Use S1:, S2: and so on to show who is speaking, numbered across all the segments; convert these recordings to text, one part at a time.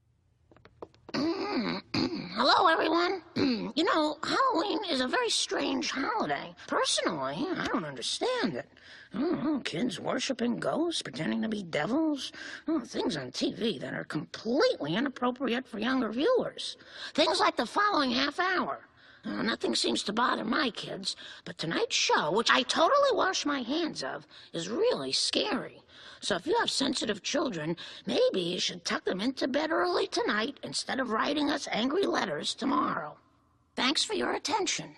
S1: Hello, everyone. you know, Halloween is a very strange holiday. Personally, I don't understand it. I don't know, kids worshiping ghosts, pretending to be devils. Oh, things on TV that are completely inappropriate for younger viewers. Things like the following half hour. Uh, nothing seems to bother my kids, but tonight's show, which I totally wash my hands of, is really scary. So if you have sensitive children, maybe you should tuck them into bed early tonight instead of writing us angry letters tomorrow. Thanks for your attention.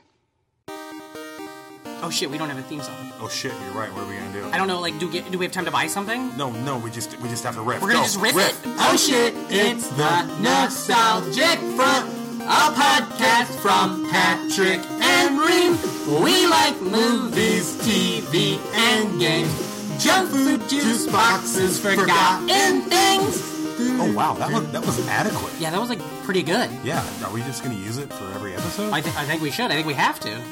S2: Oh shit, we don't have a theme song.
S3: Oh shit, you're right. What are we gonna do?
S2: I don't know. Like, do we, do we have time to buy something?
S3: No, no, we just we just have to riff.
S2: We're gonna
S3: Go,
S2: just riff, it.
S4: Oh shit, it's the Nostalgic Front, a podcast from Patrick and Reem. We like movies, TV, and games. Junk food, juice boxes, forgotten things.
S3: Oh wow, that was that was adequate.
S2: Yeah, that was like pretty good.
S3: Yeah, are we just gonna use it for every episode?
S2: I, th- I think we should. I think we have to.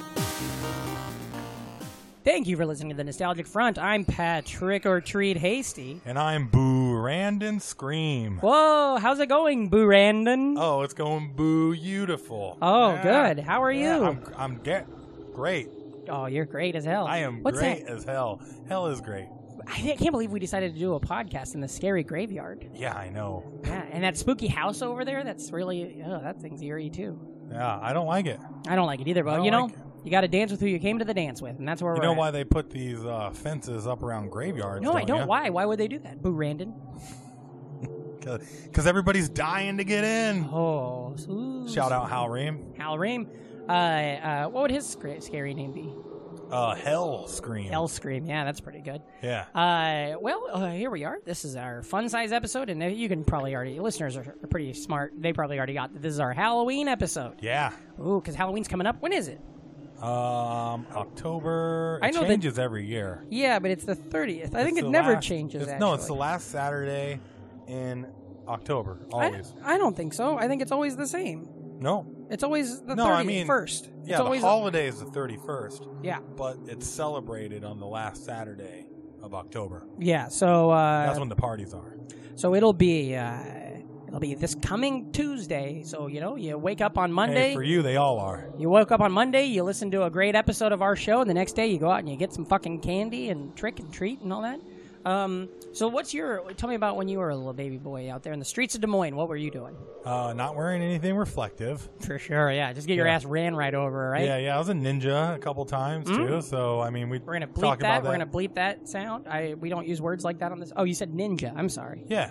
S5: Thank you for listening to the Nostalgic Front. I'm Patrick or Treat Hasty.
S6: And I'm Boo Randon Scream.
S5: Whoa, how's it going, Boo Randon?
S6: Oh, it's going boo beautiful.
S5: Oh, good. How are you?
S6: I'm, I'm ge- great.
S5: Oh, you're great as hell.
S6: I am
S5: What's
S6: great
S5: That?
S6: as hell. Hell is great.
S5: I can't believe we decided to do a podcast in the scary graveyard.
S6: Yeah, I know.
S5: Yeah, and that spooky house over there, that's really, oh, that thing's eerie too.
S6: Yeah, I don't like it.
S5: I don't like it either,
S6: I
S5: but
S6: don't
S5: you know,
S6: like it.
S5: you got to dance with who you came to the dance with, and that's where
S6: You
S5: we're
S6: know
S5: at.
S6: why they put these uh, fences up around graveyards?
S5: No, I don't.
S6: ya?
S5: Why? Why would they do that, Boo Randon?
S6: Because everybody's dying to get in.
S5: Oh, ooh,
S6: Shout out Hal Ream.
S5: Hal Ream. Uh, uh, what would his sc- scary name be?
S6: Uh, hell Scream.
S5: Hell Scream. Yeah, that's pretty good.
S6: yeah.
S5: Uh, well, uh, here we are. This is our fun size episode, and uh, you can probably already listeners are, are pretty smart. They probably already got that this is our Halloween episode.
S6: Yeah.
S5: Ooh, because Halloween's coming up. When is it?
S6: Um, October. It
S5: I know that-
S6: changes every year.
S5: Yeah, but it's the thirtieth. I think
S6: It's
S5: it
S6: the
S5: never
S6: last-
S5: changes.
S6: it's- No, it's the last Saturday in October.
S5: I,
S6: Always.
S5: I don't think so. I think it's always the same.
S6: no.
S5: It's always the
S6: No,
S5: 30th,
S6: I mean-
S5: first.
S6: Yeah,
S5: it's
S6: the
S5: always
S6: holiday is the 31st,
S5: yeah,
S6: but it's celebrated on the last Saturday of October.
S5: yeah. So uh,
S6: That's when the parties are.
S5: so it'll be uh, it'll be this coming Tuesday. So you know you wake up on Monday.
S6: Hey, for you, they all are.
S5: You woke up on Monday, you listen to a great episode of our show, and the next day you go out and you get some fucking candy and trick and treat and all that. Um, so what's your? Tell me about when you were a little baby boy out there in the streets of Des Moines. What were you doing?
S6: Uh, not wearing anything reflective.
S5: For sure, yeah. Just get your
S6: Yeah.
S5: ass ran right over, right? Mm-hmm.
S6: Yeah, yeah. I was a ninja a couple times, too. So, I mean, we
S5: We're gonna bleep
S6: talk
S5: that.
S6: about that.
S5: We're gonna bleep that sound. I we don't use words like that on this. Oh, you said ninja. I'm sorry.
S6: Yeah.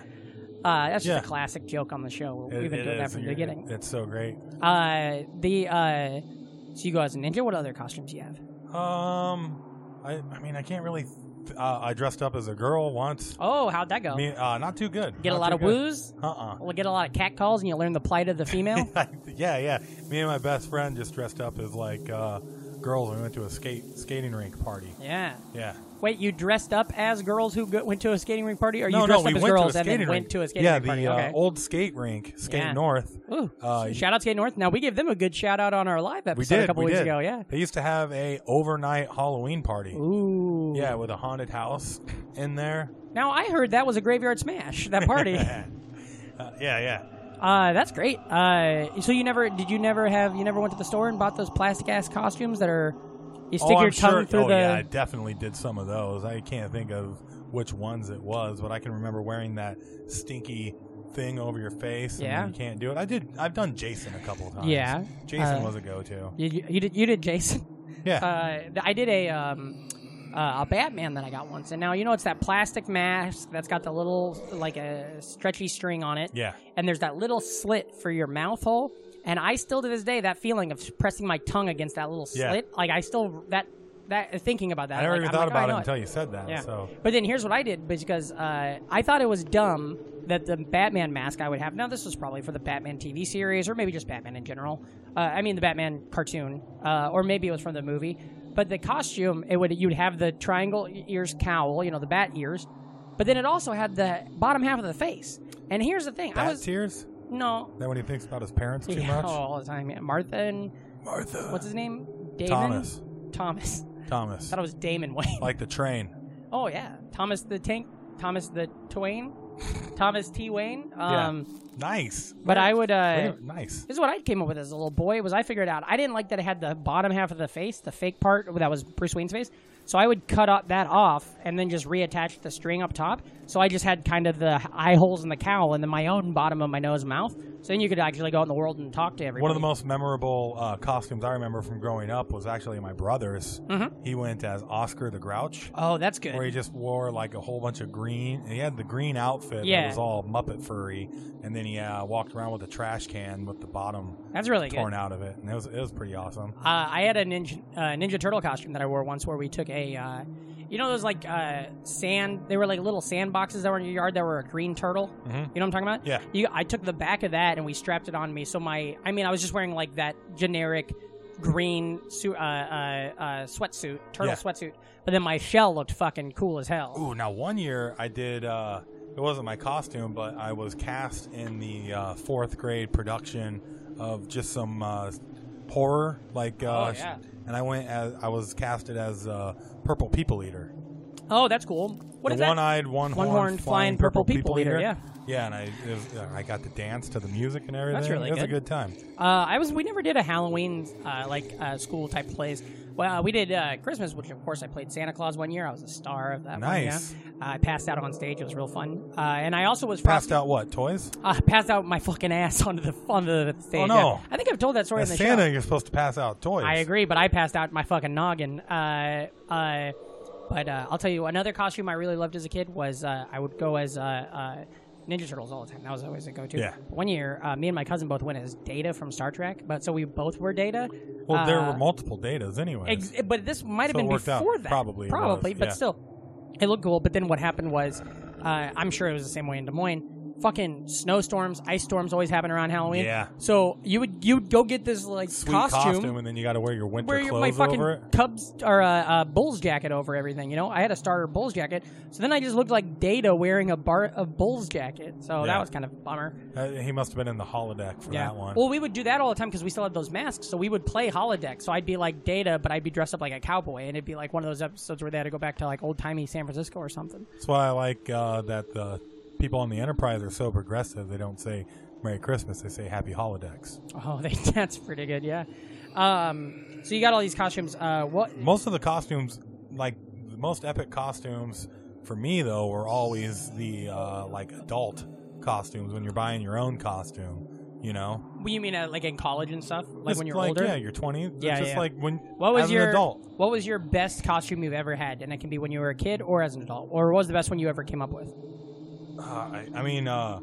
S5: Uh, that's just
S6: Yeah.
S5: a classic joke on the show.
S6: it-
S5: We've been
S6: it
S5: doing that
S6: is.
S5: from the
S6: You're-
S5: beginning.
S6: It's so great.
S5: Uh, the uh, so you go as a ninja. What other costumes do you have?
S6: Um, I, I mean, I can't really. Th- uh, I dressed up as a girl once.
S5: Oh, how'd that go?
S6: I mean, uh, not too good.
S5: Get a
S6: Not
S5: lot
S6: too
S5: of
S6: good.
S5: woos.
S6: Uh-uh.
S5: Well, get a lot of cat calls, and you learn the plight of the female.
S6: yeah, yeah. Me and my best friend just dressed up as like uh, girls. and We went to a skate skating rink party.
S5: yeah.
S6: Yeah.
S5: Wait, you dressed up as girls who go- went to a skating rink party, or you
S6: no, no,
S5: dressed
S6: we
S5: up as
S6: went
S5: girls
S6: to a
S5: and
S6: skating
S5: then
S6: rink.
S5: went to a skating
S6: yeah,
S5: rink
S6: the
S5: party?
S6: uh,
S5: okay.
S6: old skate rink, Skate
S5: Yeah.
S6: North.
S5: Ooh,
S6: uh,
S5: so shout out Skate North. Now we gave them a good shout out on our live
S6: We
S5: episode
S6: did
S5: a couple
S6: we
S5: weeks
S6: did.
S5: ago. Yeah.
S6: They used to have a overnight Halloween party.
S5: Ooh.
S6: Yeah, with a haunted house in there.
S5: Now I heard that was a graveyard smash. That party. uh,
S6: Uh, yeah, yeah.
S5: that's great. Uh, so you never did you never have you never went to the store and bought those plastic ass costumes that are you stick
S6: oh,
S5: your
S6: I'm
S5: tongue
S6: sure.
S5: through
S6: oh
S5: the
S6: yeah, I definitely did some of those. I can't think of which ones it was, but I can remember wearing that stinky thing over your face. and
S5: Yeah.
S6: you can't do it. I did. I've done Jason a couple of times.
S5: Yeah.
S6: Jason
S5: Uh,
S6: was a go-to.
S5: you, you, you did you did Jason.
S6: Yeah,
S5: uh, th- I did a um, uh, a Batman that I got once, and now you know it's that plastic mask that's got the little like a stretchy string on it,
S6: yeah.
S5: and there's that little slit for your mouth hole. And I still to this day that feeling of pressing my tongue against that little
S6: Yeah.
S5: slit, like I still that that thinking about that.
S6: I never
S5: like,
S6: even
S5: I'm
S6: thought
S5: like, oh, I
S6: about
S5: know
S6: it until you said that.
S5: yeah.
S6: So
S5: But then here's what I did because uh, I thought it was dumb that the Batman mask I would have. Now this was probably for the Batman TV series or maybe just Batman in general. Uh, I mean the Batman cartoon, uh, or maybe it was from the movie. But the costume, it would you'd have the triangle ears cowl, you know the bat ears, but then it also had the bottom half of the face. And here's the thing, I
S6: bat
S5: was
S6: tears.
S5: no.
S6: Then when he thinks about his parents too
S5: Yeah,
S6: much,
S5: oh, all the time. yeah. Martha and
S6: Martha,
S5: what's his name? Damon?
S6: Uh, Thomas,
S5: Thomas.
S6: Thomas,
S5: thought it was Damon Wayne.
S6: like the train.
S5: Oh yeah, Thomas the Tank, Thomas the Twain. Thomas T. Wayne. Um,
S6: Nice.
S5: But I would.
S6: Way
S5: Uh,
S6: to- nice.
S5: this is what I came up with as a little boy. Was I figured out I didn't like that it had the bottom half of the face, the fake part that was Bruce Wayne's face. So I would cut up that off and then just reattach the string up top. So I just had kind of the eye holes in the cowl and then my own bottom of my nose and mouth. So then you could actually go out in the world and talk to everybody.
S6: One of the most memorable uh, costumes I remember from growing up was actually my brother's. He went as Oscar the Grouch,
S5: Oh, that's good.
S6: where he just wore like a whole bunch of green. And he had the green outfit
S5: Yeah.
S6: that was all Muppet furry, and then he uh, walked around with a trash can with the bottom
S5: That's really good.
S6: torn out of it, and it was it was pretty awesome.
S5: Uh, I had a ninja uh, Ninja Turtle costume that I wore once, where we took a, uh, you know, those like uh, sand. They were like little sand boxes that were in your yard that were a green turtle. You know what I'm talking about?
S6: Mm-hmm. Yeah.
S5: You, I took the back of that and we strapped it on me. So my, I mean, I was just wearing like that generic green suit, uh, uh, uh, sweatsuit, turtle
S6: Yeah.
S5: sweatsuit. But then my shell looked fucking cool as hell.
S6: Ooh, now one year I did. Uh, it wasn't my costume, but I was cast in the uh, fourth grade production of just some uh, horror, like. Uh,
S5: Oh, yeah.
S6: sh- And I went as I was casted as uh, Purple People Eater,
S5: Oh, that's cool. What
S6: the
S5: is that?
S6: one-eyed, one-horned,
S5: One-horned flying purple people eater, yeah.
S6: yeah. And I, it was, uh, I got to dance to the music and everything.
S5: really
S6: it was
S5: good.
S6: a good time.
S5: Uh, I was. We never did a Halloween uh, like uh, school type plays. Well, we did uh, Christmas, which of course I played Santa Claus one year. I was a star of that.
S6: Nice.
S5: One, yeah. Uh, I passed out on stage. It was real fun. Uh, and I also was
S6: Passed out what toys?
S5: Uh, passed out my fucking ass onto the onto the stage.
S6: Oh, no.
S5: I think I've told that story
S6: As
S5: in the
S6: Santa,
S5: show.
S6: you're supposed to pass out toys.
S5: I agree, but I passed out my fucking noggin. Uh, uh, but uh, I'll tell you, another costume I really loved as a kid was uh, I would go as uh, uh, Ninja Turtles all the time. That was always a go-to.
S6: Yeah.
S5: One year, uh, me and my cousin both went as Data from Star Trek, but so we both were Data.
S6: Well, there
S5: Uh,
S6: were multiple datas anyway.
S5: Ex- but this might have
S6: So it
S5: been
S6: worked out.
S5: before that.
S6: Probably it
S5: Probably,
S6: was,
S5: but
S6: yeah.
S5: still, it looked cool. But then what happened was, uh, I'm sure it was the same way in Des Moines. Fucking snowstorms, ice storms always happen around Halloween.
S6: Yeah.
S5: So you would you would go get this like
S6: Sweet costume, and then you got to wear your winter
S5: wear your,
S6: clothes
S5: my fucking
S6: over it.
S5: Cubs or uh, uh, Bulls jacket over everything. You know, I had a starter Bulls jacket, so then I just looked like Data wearing a bar a Bulls jacket. So that
S6: Yeah.
S5: was kind of a bummer.
S6: Uh, he must have been in the holodeck for that one.
S5: Well, we would do that all the time because we still had those masks, so we would play holodeck. So I'd be like Data, but I'd be dressed up like a cowboy, and it'd be like one of those episodes where they had to go back to like old timey San Francisco or something.
S6: That's why I like uh, that the people on the Enterprise are so progressive. They don't say Merry Christmas; they say Happy Holodecks.
S5: Oh, they, that's pretty good, yeah. Um, so you got all these costumes. Uh, what?
S6: Most of the costumes, like the most epic costumes for me though, were always the uh, like adult costumes when you're buying your own costume. You know,
S5: what You mean uh, like in college and stuff, like
S6: Just
S5: when you're older?
S6: yeah, you're 20. It's
S5: Yeah,
S6: just
S5: yeah.
S6: like when
S5: What was
S6: as
S5: your
S6: an adult.
S5: What was your best costume you've ever had? And it can be when you were a kid or as an adult, or what was the best one you ever came up with?
S6: Uh, I, I mean, uh,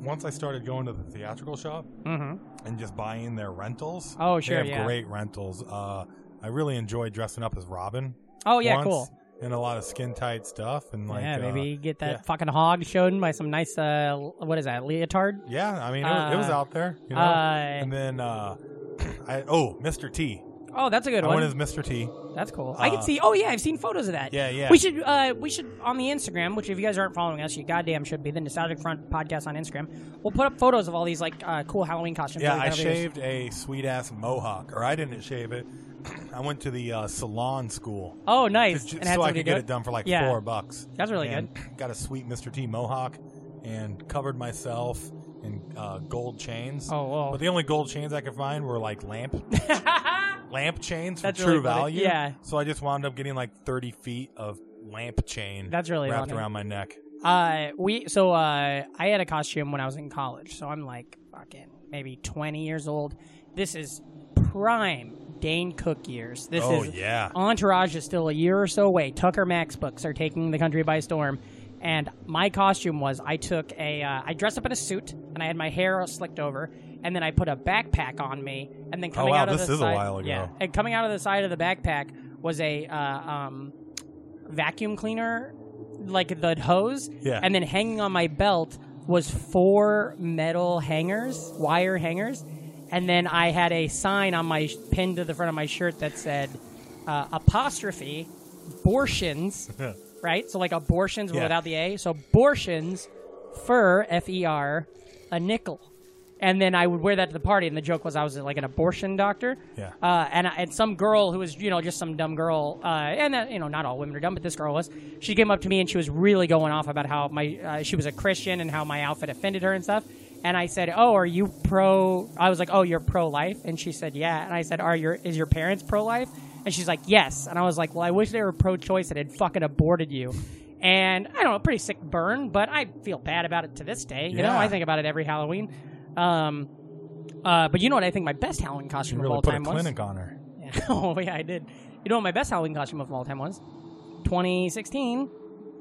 S6: once I started going to the theatrical shop,
S5: Mm-hmm.
S6: and just buying their rentals.
S5: Oh, sure,
S6: they have
S5: yeah.
S6: great rentals. Uh, I really enjoy dressing up as Robin.
S5: Oh yeah,
S6: once,
S5: cool.
S6: And a lot of skin tight stuff and like
S5: yeah,
S6: uh,
S5: maybe get that
S6: yeah.
S5: fucking hog shown by some nice uh, what is that leotard?
S6: yeah. I mean, it, was it was
S5: Uh,
S6: out there, you know.
S5: uh,
S6: and then uh, I oh, Mr. T.
S5: Oh, that's a good
S6: I
S5: one.
S6: went as Mr. T.
S5: That's cool. I can
S6: Uh,
S5: see. Oh yeah, I've seen photos of that.
S6: Yeah, yeah.
S5: We should uh, we should on the Instagram. Which if you guys aren't following us, you goddamn should be. The Nostalgic Front podcast on Instagram. We'll put up photos of all these like uh, cool Halloween costumes.
S6: Yeah,
S5: that
S6: I
S5: we've done over the years.
S6: shaved a sweet ass mohawk, or I didn't shave it. I went to the uh, salon school.
S5: Oh,
S6: to
S5: nice.
S6: ju-
S5: and had
S6: so I
S5: somebody
S6: could
S5: do
S6: get it done for like
S5: Yeah.
S6: four bucks.
S5: That's really
S6: And Got a sweet Mr. T mohawk and covered myself in uh, gold chains.
S5: Oh, whoa.
S6: But the only gold chains I could find were like lamp lamp chains for
S5: That's
S6: True
S5: really funny.
S6: Value.
S5: Yeah.
S6: So I just wound up getting like thirty feet of lamp chain.
S5: That's really
S6: wrapped
S5: funny.
S6: around my neck.
S5: Uh, we so uh, I had a costume when I was in college, so I'm like fucking maybe 20 years old. This is prime Dane Cook years. This
S6: Oh,
S5: is
S6: yeah.
S5: Entourage is still a year or so away. Tucker Max books are taking the country by storm, and my costume was I took a uh, I dressed up in a suit and I had my hair slicked over, and then I put a backpack on me, and then coming
S6: Oh, wow,
S5: out of
S6: this
S5: the
S6: is a
S5: side,
S6: while ago.
S5: yeah, and coming out of the side of the backpack was a uh, um, vacuum cleaner, like the hose.
S6: Yeah.
S5: And then hanging on my belt was four metal hangers, wire hangers, and then I had a sign on my pinned to the front of my shirt that said uh, apostrophe abortions, right? So like abortions but
S6: Yeah.
S5: without the a. So abortions, fur f e r, a nickel. and then I would wear that to the party. And the joke was I was like an abortion doctor.
S6: Yeah.
S5: Uh, and I, and some girl who was you know just some dumb girl, uh, and that, you know not all women are dumb, but this girl was. She came up to me and she was really going off about how my uh, she was a Christian and how my outfit offended her and stuff. And I said, "Oh, are you pro?" I was like, "Oh, you're pro life," and she said, "Yeah." And I said, "Are your is your parents pro life?" And she's like, "Yes." And I was like, "Well, I wish they were pro choice and had fucking aborted you." And I don't know, pretty sick burn, but I feel bad about it to this day. You know,
S6: Yeah.
S5: I think about it every Halloween. Um, uh, but you know what? I think my best Halloween costume
S6: You
S5: of
S6: really
S5: all
S6: put a
S5: time was.
S6: clinic on her.
S5: oh yeah, I did. You know what my best Halloween costume of all time was? 2016,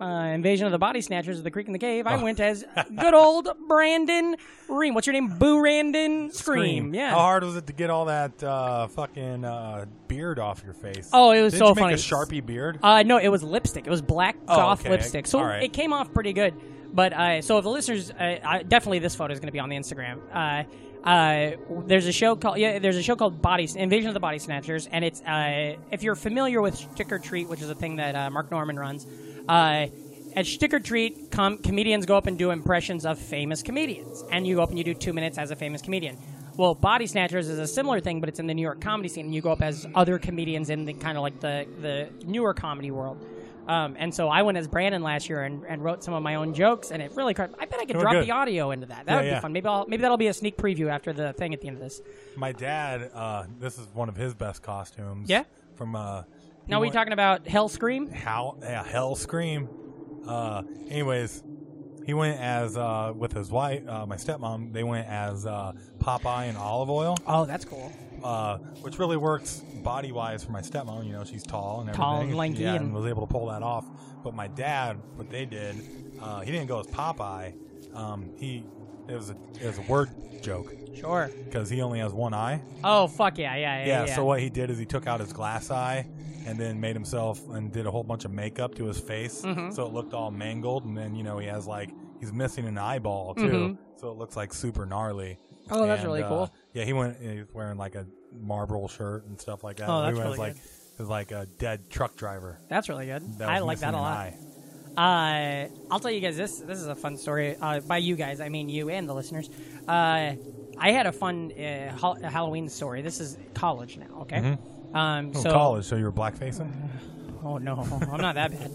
S5: uh, Invasion of the Body Snatchers of the Creek in the Cave.
S6: Oh.
S5: I went as good old Brandon Ream. What's your name? Boo Randon Scream. Yeah.
S6: How hard was it to get all that uh, fucking uh, beard off your face?
S5: Oh, it was
S6: Did
S5: so
S6: you make
S5: funny.
S6: a sharpie beard?
S5: Uh, no, it was lipstick. It was black
S6: Oh,
S5: goth
S6: okay.
S5: lipstick. So
S6: All right.
S5: it came off pretty good. But uh, so if the listeners, uh, I, definitely this photo is going to be on the Instagram. Uh, uh, there's a show called yeah, there's a show called Body Invasion of the Body Snatchers, and it's uh, if you're familiar with Trick or Treat, which is a thing that uh, Mark Norman runs. Uh, at Stick or Treat, com- comedians go up and do impressions of famous comedians, and you go up and you do two minutes as a famous comedian. Well, Body Snatchers is a similar thing, but it's in the New York comedy scene, and you go up as other comedians in the kind of like the the newer comedy world. Um, and so I went as Brandon last year and, and wrote some of my own jokes, and it really. Cra- I bet I could
S6: Oh,
S5: drop
S6: good.
S5: the audio into that. That
S6: Yeah,
S5: would
S6: yeah.
S5: be fun. Maybe I'll maybe that'll be a sneak preview after the thing at the end of this.
S6: My dad, uh, this is one of his best costumes.
S5: Yeah?
S6: From uh,
S5: Now we
S6: went-
S5: talking about Hell Scream.
S6: how yeah, hell scream. Uh, anyways, he went as uh, with his wife, uh, my stepmom. They went as uh, Popeye and olive oil,
S5: Oh, that's cool.
S6: uh, which really works body wise for my stepmom. You know, she's tall and everything,
S5: Tall and lanky
S6: yeah,
S5: and-
S6: was able to pull that off. But my dad, what they did, uh, he didn't go as Popeye. Um, he it was a it was a word joke
S5: Sure.
S6: because he only has one eye.
S5: Oh fuck yeah yeah yeah.
S6: Yeah,
S5: Yeah.
S6: so what he did is he took out his glass eye and then made himself and did a whole bunch of makeup to his face
S5: Mm-hmm.
S6: so it looked all mangled and then you know he has like he's missing an eyeball too so it looks like super gnarly.
S5: Mm-hmm. Oh, that's
S6: And,
S5: really
S6: uh,
S5: cool.
S6: yeah, he went he's wearing like a marble shirt and stuff like that.
S5: Oh, that's
S6: he was
S5: really
S6: like
S5: good.
S6: he was like a dead truck driver.
S5: That's really good.
S6: That
S5: I
S6: was
S5: like that a
S6: missing an
S5: lot.
S6: eye.
S5: Uh, I'll tell you guys this. This is a fun story. Uh, by you guys, I mean you and the listeners. Uh, I had a fun uh, hol- Halloween story. This is college now. Okay. Um,
S6: Oh,
S5: so
S6: college, so you were blackfacing?
S5: Oh no, I'm not that bad.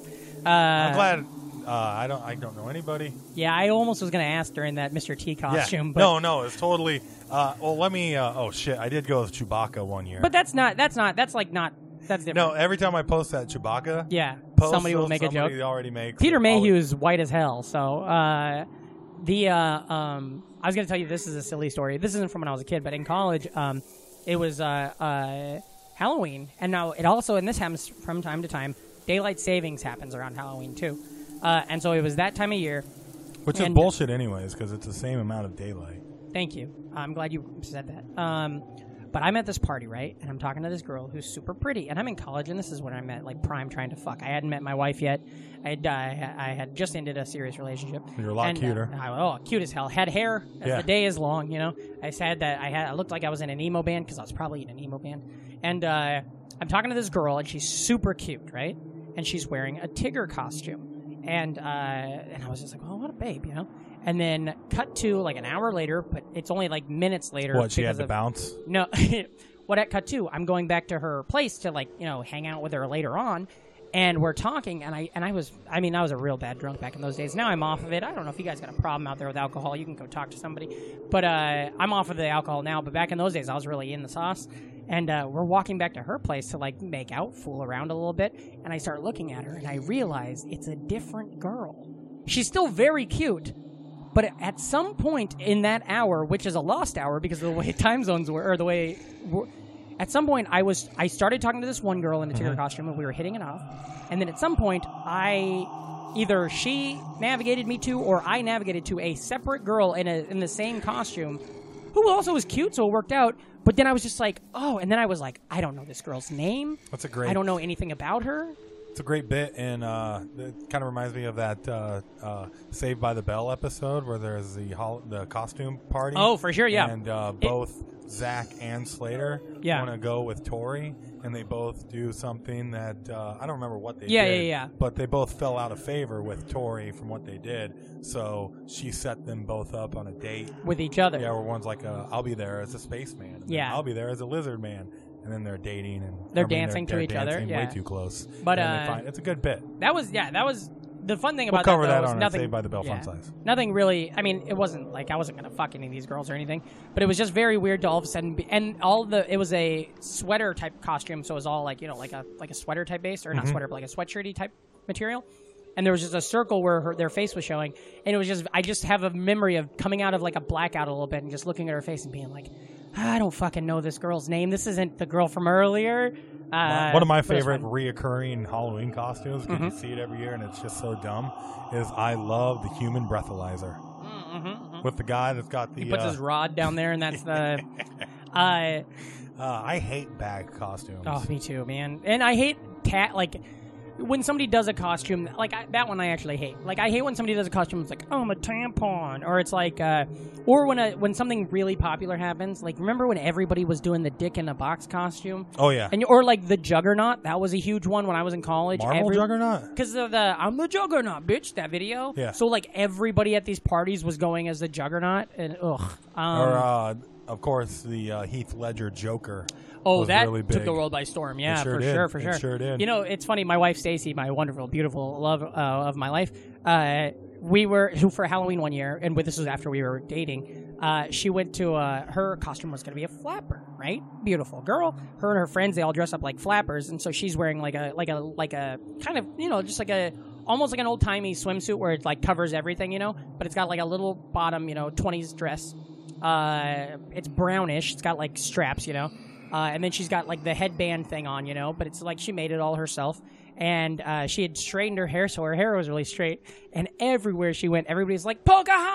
S6: I'm
S5: Uh,
S6: glad uh, I don't I don't know anybody.
S5: yeah, I almost was going to ask during that Mr. T costume,
S6: yeah.
S5: but
S6: no, no, it's totally uh, well let me uh, oh shit, I did go as Chewbacca one year.
S5: but that's not. That's not. That's like not. That's different.
S6: No, every time I post that Chewbacca,
S5: Yeah.
S6: post,
S5: somebody will
S6: so
S5: make a joke.
S6: somebody already makes
S5: Peter
S6: it.
S5: Mayhew is white as hell. So uh, the uh, um, I was going to tell you this is a silly story. This isn't from when I was a kid, but in college, um, it was uh, uh, Halloween, and now it also and this happens from time to time. Daylight savings happens around Halloween too, uh, and so it was that time of year.
S6: which
S5: and-
S6: is bullshit, anyways, because it's the same amount of daylight.
S5: Thank you. I'm glad you said that. Um, but I'm at this party, right? And I'm talking to this girl who's super pretty. And I'm in college, and this is when I'm at like prime trying to fuck. I hadn't met my wife yet. I had, uh, I had just ended a serious relationship.
S6: You're a lot
S5: And, uh,
S6: cuter.
S5: I, oh, cute as hell. Had hair. as
S6: Yeah.
S5: The day is long, you know. I said that I had. I looked like I was in an emo band because I was probably in an emo band. And uh, I'm talking to this girl, and she's super cute, right? And she's wearing a Tigger costume. And uh, and I was just like, well, what a babe, you know. And then cut to like an hour later, but it's only like minutes later.
S6: What she had
S5: because
S6: to
S5: of-
S6: bounce.
S5: no, what at cut two? I'm going back to her place to like you know hang out with her later on, and we're talking. And I and I was I mean I was a real bad drunk back in those days. Now I'm off of it. I don't know if you guys got a problem out there with alcohol. You can go talk to somebody, but uh, I'm off of the alcohol now. But back in those days, I was really in the sauce. And uh, we're walking back to her place to like make out, fool around a little bit. And I start looking at her, and I realize it's a different girl. She's still very cute, but at some point in that hour, which is a lost hour because of the way time zones were, or the way, at some point I was, I started talking to this one girl in a
S6: Mm-hmm.
S5: Tigger costume, and we were hitting it off. And then at some point, I either she navigated me to, or I navigated to a separate girl in a in the same costume, who also was cute, so it worked out. But then I was just like, oh, and then I was like, I don't know this girl's name.
S6: That's a great-
S5: I don't know anything about her.
S6: It's a great bit, and uh, it kind of reminds me of that uh, uh, Saved by the Bell episode where there's the hol- the costume party.
S5: Oh, for sure, yeah.
S6: And uh, both Zach and Slater
S5: Yeah.
S6: want to go with Tori, and they both do something that uh, I don't remember what they
S5: Yeah, yeah,
S6: did.
S5: yeah.
S6: But they both fell out of favor with Tori from what they did, so she set them both up on a date.
S5: with each other.
S6: Yeah, where one's like, uh, "I'll be there as a spaceman," and then,
S5: Yeah.
S6: "I'll be there as a lizard man," and then they're dating and
S5: They're
S6: I mean, they're-
S5: dancing to
S6: they're
S5: each other,
S6: dancing
S5: yeah.
S6: way too close.
S5: But,
S6: And they
S5: uh,
S6: find- it's a good bit.
S5: That was yeah. That was the fun thing about
S6: cover
S5: that.
S6: that
S5: though, was
S6: on our
S5: nothing,
S6: Saved by the Bell
S5: yeah,
S6: font size.
S5: Nothing really. I mean, it wasn't like I wasn't gonna fuck any of these girls or anything, but it was just very weird to all of a sudden be, and all the it was a sweater type costume, so it was all like you know like a like a sweater type base or not
S6: Mm-hmm.
S5: sweater but like a sweatshirty type material. And there was just a circle where her, their face was showing, and it was just I just have a memory of coming out of like a blackout a little bit and just looking at her face and being like, "Ah, I don't fucking know this girl's name. This isn't the girl from earlier. Uh,
S6: One of my
S5: but it was
S6: favorite
S5: fun.
S6: reoccurring Halloween costumes, because
S5: Mm-hmm.
S6: you see it every year and it's just so dumb, is I love the human breathalyzer.
S5: Mm-hmm,
S6: With the guy that's got the.
S5: He puts
S6: uh,
S5: his rod down there, and that's the. uh,
S6: uh, I hate bag costumes.
S5: oh, me too, man. And I hate cat like when somebody does a costume like I, that one. I actually hate. Like I hate when somebody does a costume. It's like oh, I'm a tampon, or it's like, uh, or when a when something really popular happens. Like remember when everybody was doing the dick in a box costume,
S6: Oh, yeah.
S5: and or like the Juggernaut. That was a huge one when I was in college.
S6: Marvel
S5: Every-
S6: Juggernaut?
S5: because of the I'm the Juggernaut, bitch. That video.
S6: Yeah.
S5: So like everybody at these parties was going as the Juggernaut, and ugh. Um,
S6: or, uh, of course, the uh, Heath Ledger Joker.
S5: Oh,
S6: was
S5: that
S6: really big.
S5: took the world by storm. Yeah,
S6: sure
S5: for
S6: did.
S5: sure, for
S6: It
S5: sure.
S6: sure did.
S5: You know, it's funny. My wife Stacy, my wonderful, beautiful love uh, of my life, uh, we were for Halloween one year, and with- this was after we were dating. Uh, she went to uh, her costume was going to be a flapper, right? Beautiful girl. Her and her friends they all dress up like flappers, and so she's wearing like a like a like a kind of you know just like a almost like an old timey swimsuit where it like covers everything, you know, but it's got like a little bottom, you know, twenties dress. Uh, it's brownish. It's got like straps, you know. Uh, and then she's got like the headband thing on, you know, but it's like she made it all herself. And uh, she had straightened her hair, so her hair was really straight. And everywhere she went, everybody's like,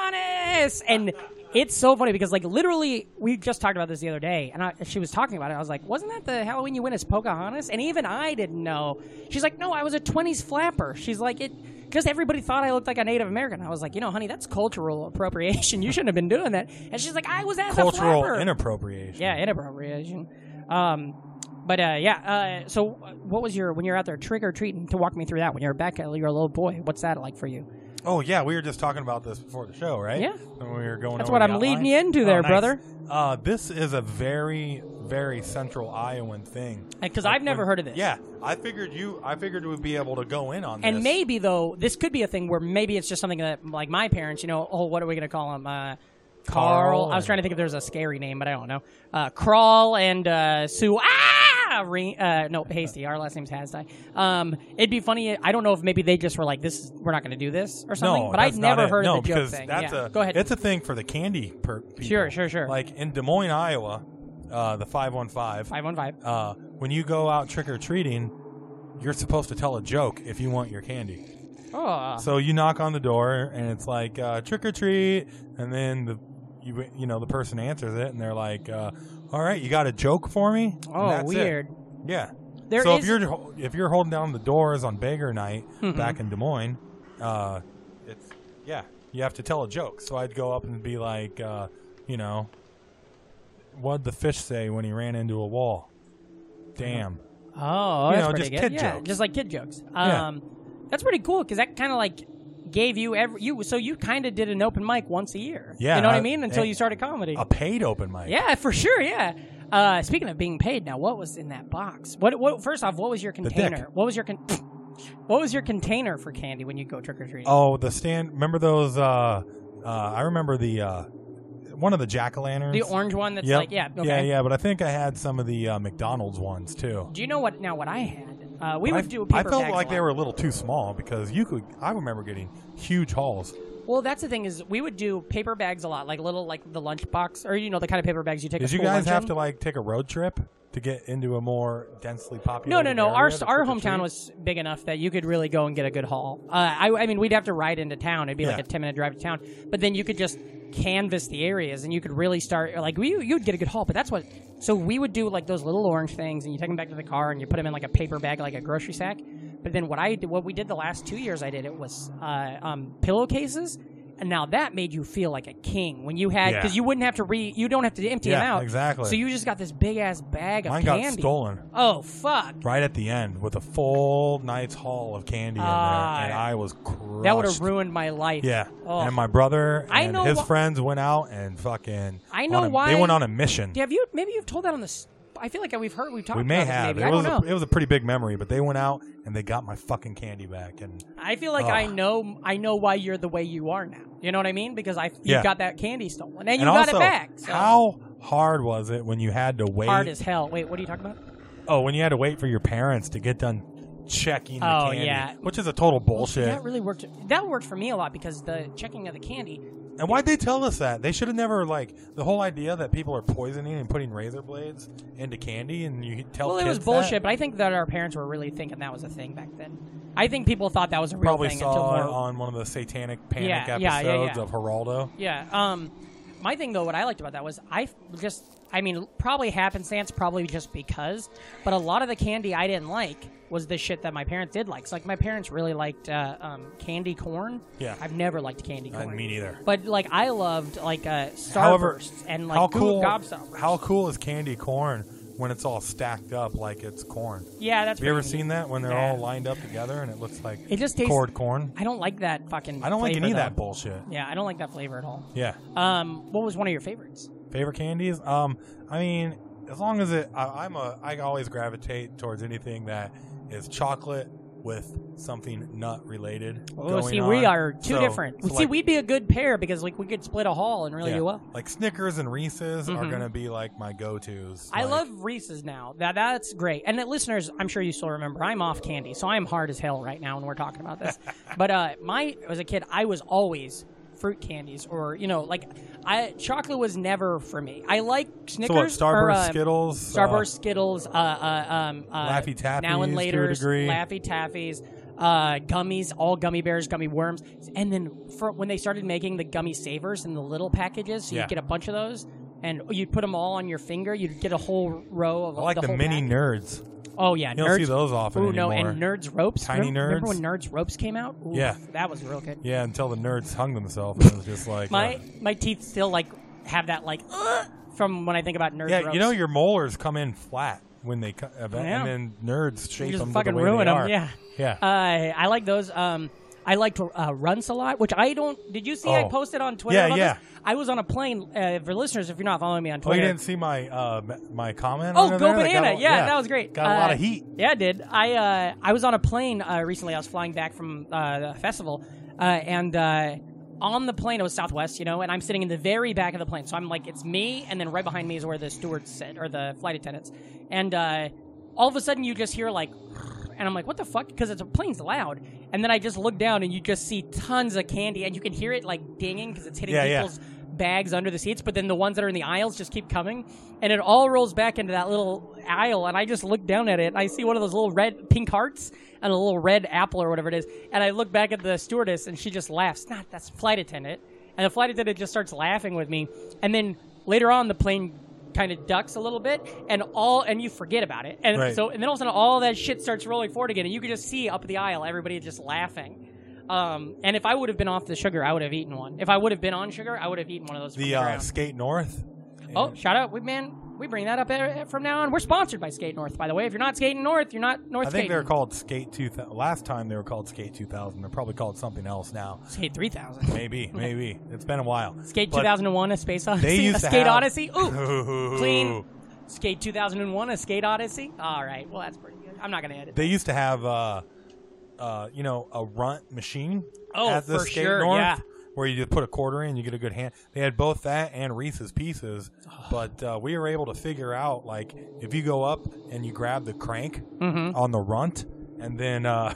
S5: Pocahontas! And it's so funny because, like, literally, we just talked about this the other day, and I, she was talking about it. I was like, Wasn't that the Halloween you went as Pocahontas? And even I didn't know. She's like, No, I was a 20s flapper. She's like, It just everybody thought I looked like a Native American. I was like, You know, honey, that's cultural appropriation. You shouldn't have been doing that. And she's like, I was as a
S6: Cultural
S5: flapper.
S6: inappropriation.
S5: Yeah, inappropriation. Um, but uh, yeah. Uh, so, uh, what was your when you're out there trick or treating? To walk me through that when you're back, you're a little boy. What's that like for you?
S6: Oh yeah, we were just talking about this before the show, right?
S5: Yeah.
S6: When we were going.
S5: That's
S6: over
S5: what
S6: the
S5: I'm leading
S6: outline.
S5: you into there,
S6: nice.
S5: brother.
S6: Uh, this is a very, very central Iowan thing.
S5: Because I've never heard of this.
S6: Yeah, I figured you. I figured we'd be able to go in on
S5: And
S6: this.
S5: maybe though, this could be a thing where maybe it's just something that, like my parents, you know, oh, what are we gonna call him? Uh, Carl.
S6: Carl
S5: I was
S6: and-
S5: trying to think if there's a scary name, but I don't know. Uh, Crawl and uh, Sue. Ah, Re- uh, no, Hasty. Our last name's Hasty. Um, it'd be funny. I don't know if maybe they just were like, "This, is, we're not going to do this" or something.
S6: No,
S5: but I'd
S6: that's not
S5: never
S6: it.
S5: heard
S6: no,
S5: of the joke
S6: because
S5: thing.
S6: That's
S5: yeah.
S6: a,
S5: Go ahead.
S6: It's a thing for the candy. Per- people.
S5: Sure, sure, sure.
S6: Like in Des Moines, Iowa, uh, the five one five.
S5: Five one five.
S6: Uh, when you go out trick or treating, you're supposed to tell a joke if you want your candy.
S5: Oh,
S6: So you knock on the door and it's like uh, trick or treat, and then the you you know the person answers it and they're like, uh, "All right, you got a joke for me?" And
S5: oh,
S6: that's it.
S5: weird.
S6: Yeah.
S5: There
S6: so
S5: is- Mm-hmm.
S6: if you're ho- if you're holding down the doors on Beggar Night back in Des Moines, uh, it's yeah, you have to tell a joke. So I'd go up and be like, uh, you know, what'd the fish say when he ran into a wall? Damn.
S5: Oh,
S6: You
S5: that's
S6: know,
S5: pretty
S6: just
S5: good.
S6: kid
S5: yeah,
S6: jokes.
S5: just like kid jokes.
S6: Yeah.
S5: Um, that's pretty cool because that kind of like gave you every you. So you kind of did an open mic once a year.
S6: Yeah,
S5: you know what I
S6: I-
S5: mean. Until
S6: and-
S5: you started comedy.
S6: A paid open mic.
S5: yeah, for sure. Yeah. Uh, speaking of being paid, now what was in that box? What? What? First off, what was your
S6: dick.
S5: container? What was your con- What was your container for candy when you go trick or treating?
S6: Oh, the stand. Remember those? Uh, uh, I remember the uh, one of the jack o' lanterns.
S5: the orange one that's
S6: Yep.
S5: like yeah, okay.
S6: yeah, yeah. But I think I had some of the uh, McDonald's ones too.
S5: Do you know what? Now what I had? Uh, we
S6: I,
S5: would do. Paper
S6: I felt
S5: bags a
S6: like they
S5: lot.
S6: were a little too small because you could. I remember getting huge hauls.
S5: Well, that's the thing is we would do paper bags a lot, like little like the lunchbox or you know the kind of paper bags you take.
S6: Did
S5: a
S6: you
S5: school
S6: guys
S5: lunch
S6: have
S5: in.
S6: to like take a road trip to get into a more densely
S5: No,
S6: populated?
S5: no, no.
S6: area
S5: Our
S6: to
S5: our
S6: trick or
S5: hometown
S6: treat?
S5: was big enough that you could really go and get a good haul. Uh, I I mean, we'd have to ride into town. It'd be like
S6: Yeah.
S5: a ten minute drive to town, but then you could just canvas the areas and you could really start like we you'd get a good haul. But that's what. So we would do like those little orange things, and you take them back to the car, and you put them in like a paper bag, like a grocery sack. But then what I did- what we did the last two years, I did it was uh, um, pillowcases. And now that made you feel like a king when you had
S6: Yeah.
S5: because you wouldn't have to re you don't have to empty them
S6: Yeah,
S5: out
S6: exactly.
S5: So you just got this big ass bag of
S6: Mine got
S5: candy.
S6: stolen
S5: Oh fuck!
S6: right at the end with a full night's haul of candy
S5: Ah.
S6: in there, and I was crushed.
S5: That would have ruined my life.
S6: Yeah,
S5: Oh.
S6: and my brother and
S5: I know
S6: his
S5: wh-
S6: friends went out and fucking.
S5: I know
S6: on a-
S5: why-
S6: they went on a mission.
S5: Have you? Maybe you've told that on this. I feel like we've heard we've talked.
S6: we may
S5: about
S6: have.
S5: It, maybe.
S6: It
S5: I
S6: was
S5: don't know.
S6: a, it was a pretty big memory, but they went out and they got my fucking candy back, and
S5: I feel like I
S6: Ugh.
S5: know I know why you're the way you are now. You know what I mean? Because I you
S6: Yeah.
S5: got that candy stolen and you
S6: and
S5: got
S6: also,
S5: it back. So.
S6: How hard was it when you had to wait?
S5: hard as hell? Wait, what are you talking about?
S6: Oh, when you had to wait for your parents to get done checking the
S5: Oh,
S6: candy,
S5: yeah.
S6: which is a total bullshit.
S5: That really worked. That worked for me a lot because the checking of the candy.
S6: And why'd they tell us that? They should have never like the whole idea that people are poisoning and putting razor blades into candy, and you tell.
S5: Well, it was
S6: kids
S5: bullshit,
S6: that?
S5: but I think that our parents were really thinking that was a thing back then. I think people thought that was a real
S6: Probably
S5: thing until
S6: saw
S5: more.
S6: it on one of the satanic panic
S5: Yeah,
S6: episodes
S5: yeah, yeah, yeah.
S6: of Geraldo.
S5: Yeah. Um, my thing though, what I liked about that was I f- just, I mean, probably happenstance, probably just because, but a lot of the candy I didn't like was the shit that my parents did like. So, like my parents really liked uh, um, candy corn.
S6: Yeah.
S5: I've never liked candy
S6: Uh,
S5: corn.
S6: me neither.
S5: But like I loved like uh, Starburst
S6: However,
S5: and like
S6: how
S5: Goo-
S6: cool?
S5: Gobstoppers.
S6: How cool is candy corn when it's all stacked up like it's corn?
S5: yeah, that's.
S6: Have you ever
S5: pretty neat.
S6: seen that when they're
S5: Nah.
S6: all lined up together and it looks like
S5: It just tastes-
S6: cord corn?
S5: I don't like that fucking.
S6: I don't like
S5: flavor,
S6: any of
S5: though.
S6: that bullshit.
S5: Yeah, I don't like that flavor at all.
S6: Yeah.
S5: Um, what was one of your favorites?
S6: Favorite candies? Um, I mean, as long as it, I, I'm a, I always gravitate towards anything that is chocolate with something nut related.
S5: Oh,
S6: going
S5: see, we
S6: on.
S5: are two
S6: So-
S5: different.
S6: so
S5: see,
S6: like-
S5: we'd be a good pair because like we could split a haul and really
S6: yeah,
S5: do well.
S6: Like Snickers and Reese's are
S5: Mhm.
S6: gonna be like my go tos.
S5: I love Reese's now. That that's great. And the listeners, I'm sure you still remember, I'm off candy, so I'm hard as hell right now when we're talking about this. but uh, my as a kid, I was always fruit candies or you know like I chocolate was never for me. I like
S6: so what,
S5: Snickers
S6: Starburst,
S5: or, uh,
S6: Skittles, uh,
S5: Starburst, Skittles, uh, uh, um, uh,
S6: Laffy Taffys
S5: now and
S6: to a
S5: later,
S6: degree.
S5: Laffy Taffies, uh, gummies, all gummy bears, gummy worms, and then for, when they started making the gummy savers in the little packages, so
S6: Yeah.
S5: you get a bunch of those, and you'd put them all on your finger, you'd get a whole row of.
S6: I like the,
S5: whole
S6: mini
S5: pack.
S6: nerds.
S5: Oh yeah,
S6: You don't
S5: nerds.
S6: see those often
S5: Ooh
S6: anymore.
S5: no, and nerds ropes.
S6: Tiny
S5: remember, Remember
S6: Nerds.
S5: when nerds ropes came out? Ooh,
S6: Yeah.
S5: that was real good.
S6: yeah, until the nerds hung themselves, and it was just like
S5: My
S6: uh,
S5: my teeth still like have that like "Ugh," from when I think about nerds.
S6: yeah.
S5: ropes.
S6: You know, your molars come in flat when they co- and
S5: Yeah.
S6: then nerds shape
S5: just
S6: them to
S5: fucking
S6: the way
S5: ruin
S6: they
S5: 'em,
S6: are.
S5: yeah.
S6: yeah.
S5: Uh, I like those. Um, I liked uh, Runs a lot, which I don't. Did you see I
S6: Oh.
S5: posted on Twitter?
S6: Yeah,
S5: about
S6: yeah.
S5: This? I was on a plane. Uh, for listeners, if you're not following me on
S6: Oh, you
S5: Twitter,
S6: didn't see my uh, m- my comment?
S5: Oh,
S6: under
S5: go
S6: there? That got
S5: banana!
S6: a-
S5: yeah, that was great.
S6: Got a lot
S5: Uh,
S6: of heat.
S5: Yeah, it did. I uh, I was on a plane uh, recently. I was flying back from uh, the festival, uh, and uh, on the plane it was Southwest, you know, and I'm sitting in the very back of the plane, so I'm like, it's me, and then right behind me is where the stewards sit or the flight attendants, and uh, all of a sudden you just hear like. And I'm like, what the fuck? Because it's a plane's loud. And then I just look down and you just see tons of candy, and you can hear it like dinging because it's hitting
S6: Yeah, yeah.
S5: people's bags under the seats, but then the ones that are in the aisles just keep coming, and it all rolls back into that little aisle. And I just look down at it, and I see one of those little red pink hearts and a little red apple or whatever it is. And I look back at the stewardess, and she just laughs. Not that's flight attendant, and the flight attendant just starts laughing with me. And then later on, the plane kind of ducks a little bit, and all and you forget about it. And
S6: Right.
S5: so and then all of a sudden, all that shit starts rolling forward again, and you can just see up the aisle everybody just laughing. Um, and if I would have been off the sugar, I would have eaten one. If I would have been on sugar, I would have eaten one of those. from
S6: The uh,
S5: ground.
S6: skate north.
S5: oh, shout out, we man, we bring that up eh, from now on. We're sponsored by Skate North, by the way. If you're not skating North, you're not North.
S6: I think
S5: skating.
S6: they're called Skate 2000. Last time they were called Skate 2000. They're probably called something else now.
S5: Skate Three Thousand,
S6: Maybe, maybe. It's been a while.
S5: Skate
S6: But
S5: Two Thousand and One, A Space Odyssey,
S6: They used
S5: a
S6: to
S5: Skate
S6: have-
S5: Odyssey. Ooh, clean. Skate Two Thousand and One, A Skate Odyssey. All right, well that's pretty good. I'm not gonna edit.
S6: They used to have, uh, uh, you know, a runt machine
S5: Oh,
S6: at the
S5: for
S6: skate
S5: sure,
S6: north.
S5: yeah.
S6: Where you just put a quarter in, you get a good hand. They had both that and Reese's Pieces, but uh, we were able to figure out like if you go up and you grab the crank
S5: Mm-hmm.
S6: on the runt, and then uh,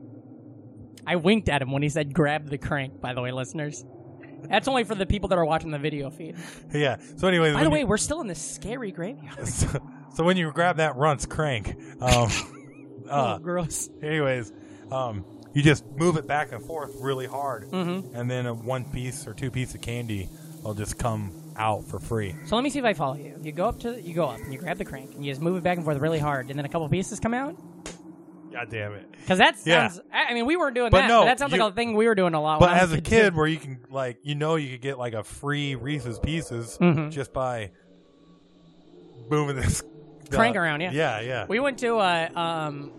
S5: I winked at him when he said "grab the crank." By the way, listeners, that's only for the people that are watching the video feed.
S6: yeah. So, anyways,
S5: By
S6: when
S5: the
S6: you-
S5: way, we're still in this scary graveyard.
S6: so, so when you grab that runt's crank, um,
S5: oh,
S6: uh,
S5: gross.
S6: anyways, um, you just move it back and forth really hard,
S5: Mm-hmm.
S6: and then a one piece or two piece of candy will just come out for free.
S5: So let me see if I follow you. You go up to you go up and you grab the crank and you just move it back and forth really hard, and then a couple pieces come out.
S6: God damn it.
S5: Because that
S6: Yeah.
S5: sounds. I I mean, we weren't doing
S6: But
S5: that.
S6: no,
S5: but that sounds
S6: you-
S5: like a thing we were doing a lot.
S6: But
S5: when I
S6: as
S5: was
S6: a
S5: kid,
S6: kid, where you can like, you know, you could get like a free Reese's Pieces
S5: Mhm.
S6: just by moving this
S5: Crank around, yeah.
S6: yeah, yeah.
S5: We went to uh, um,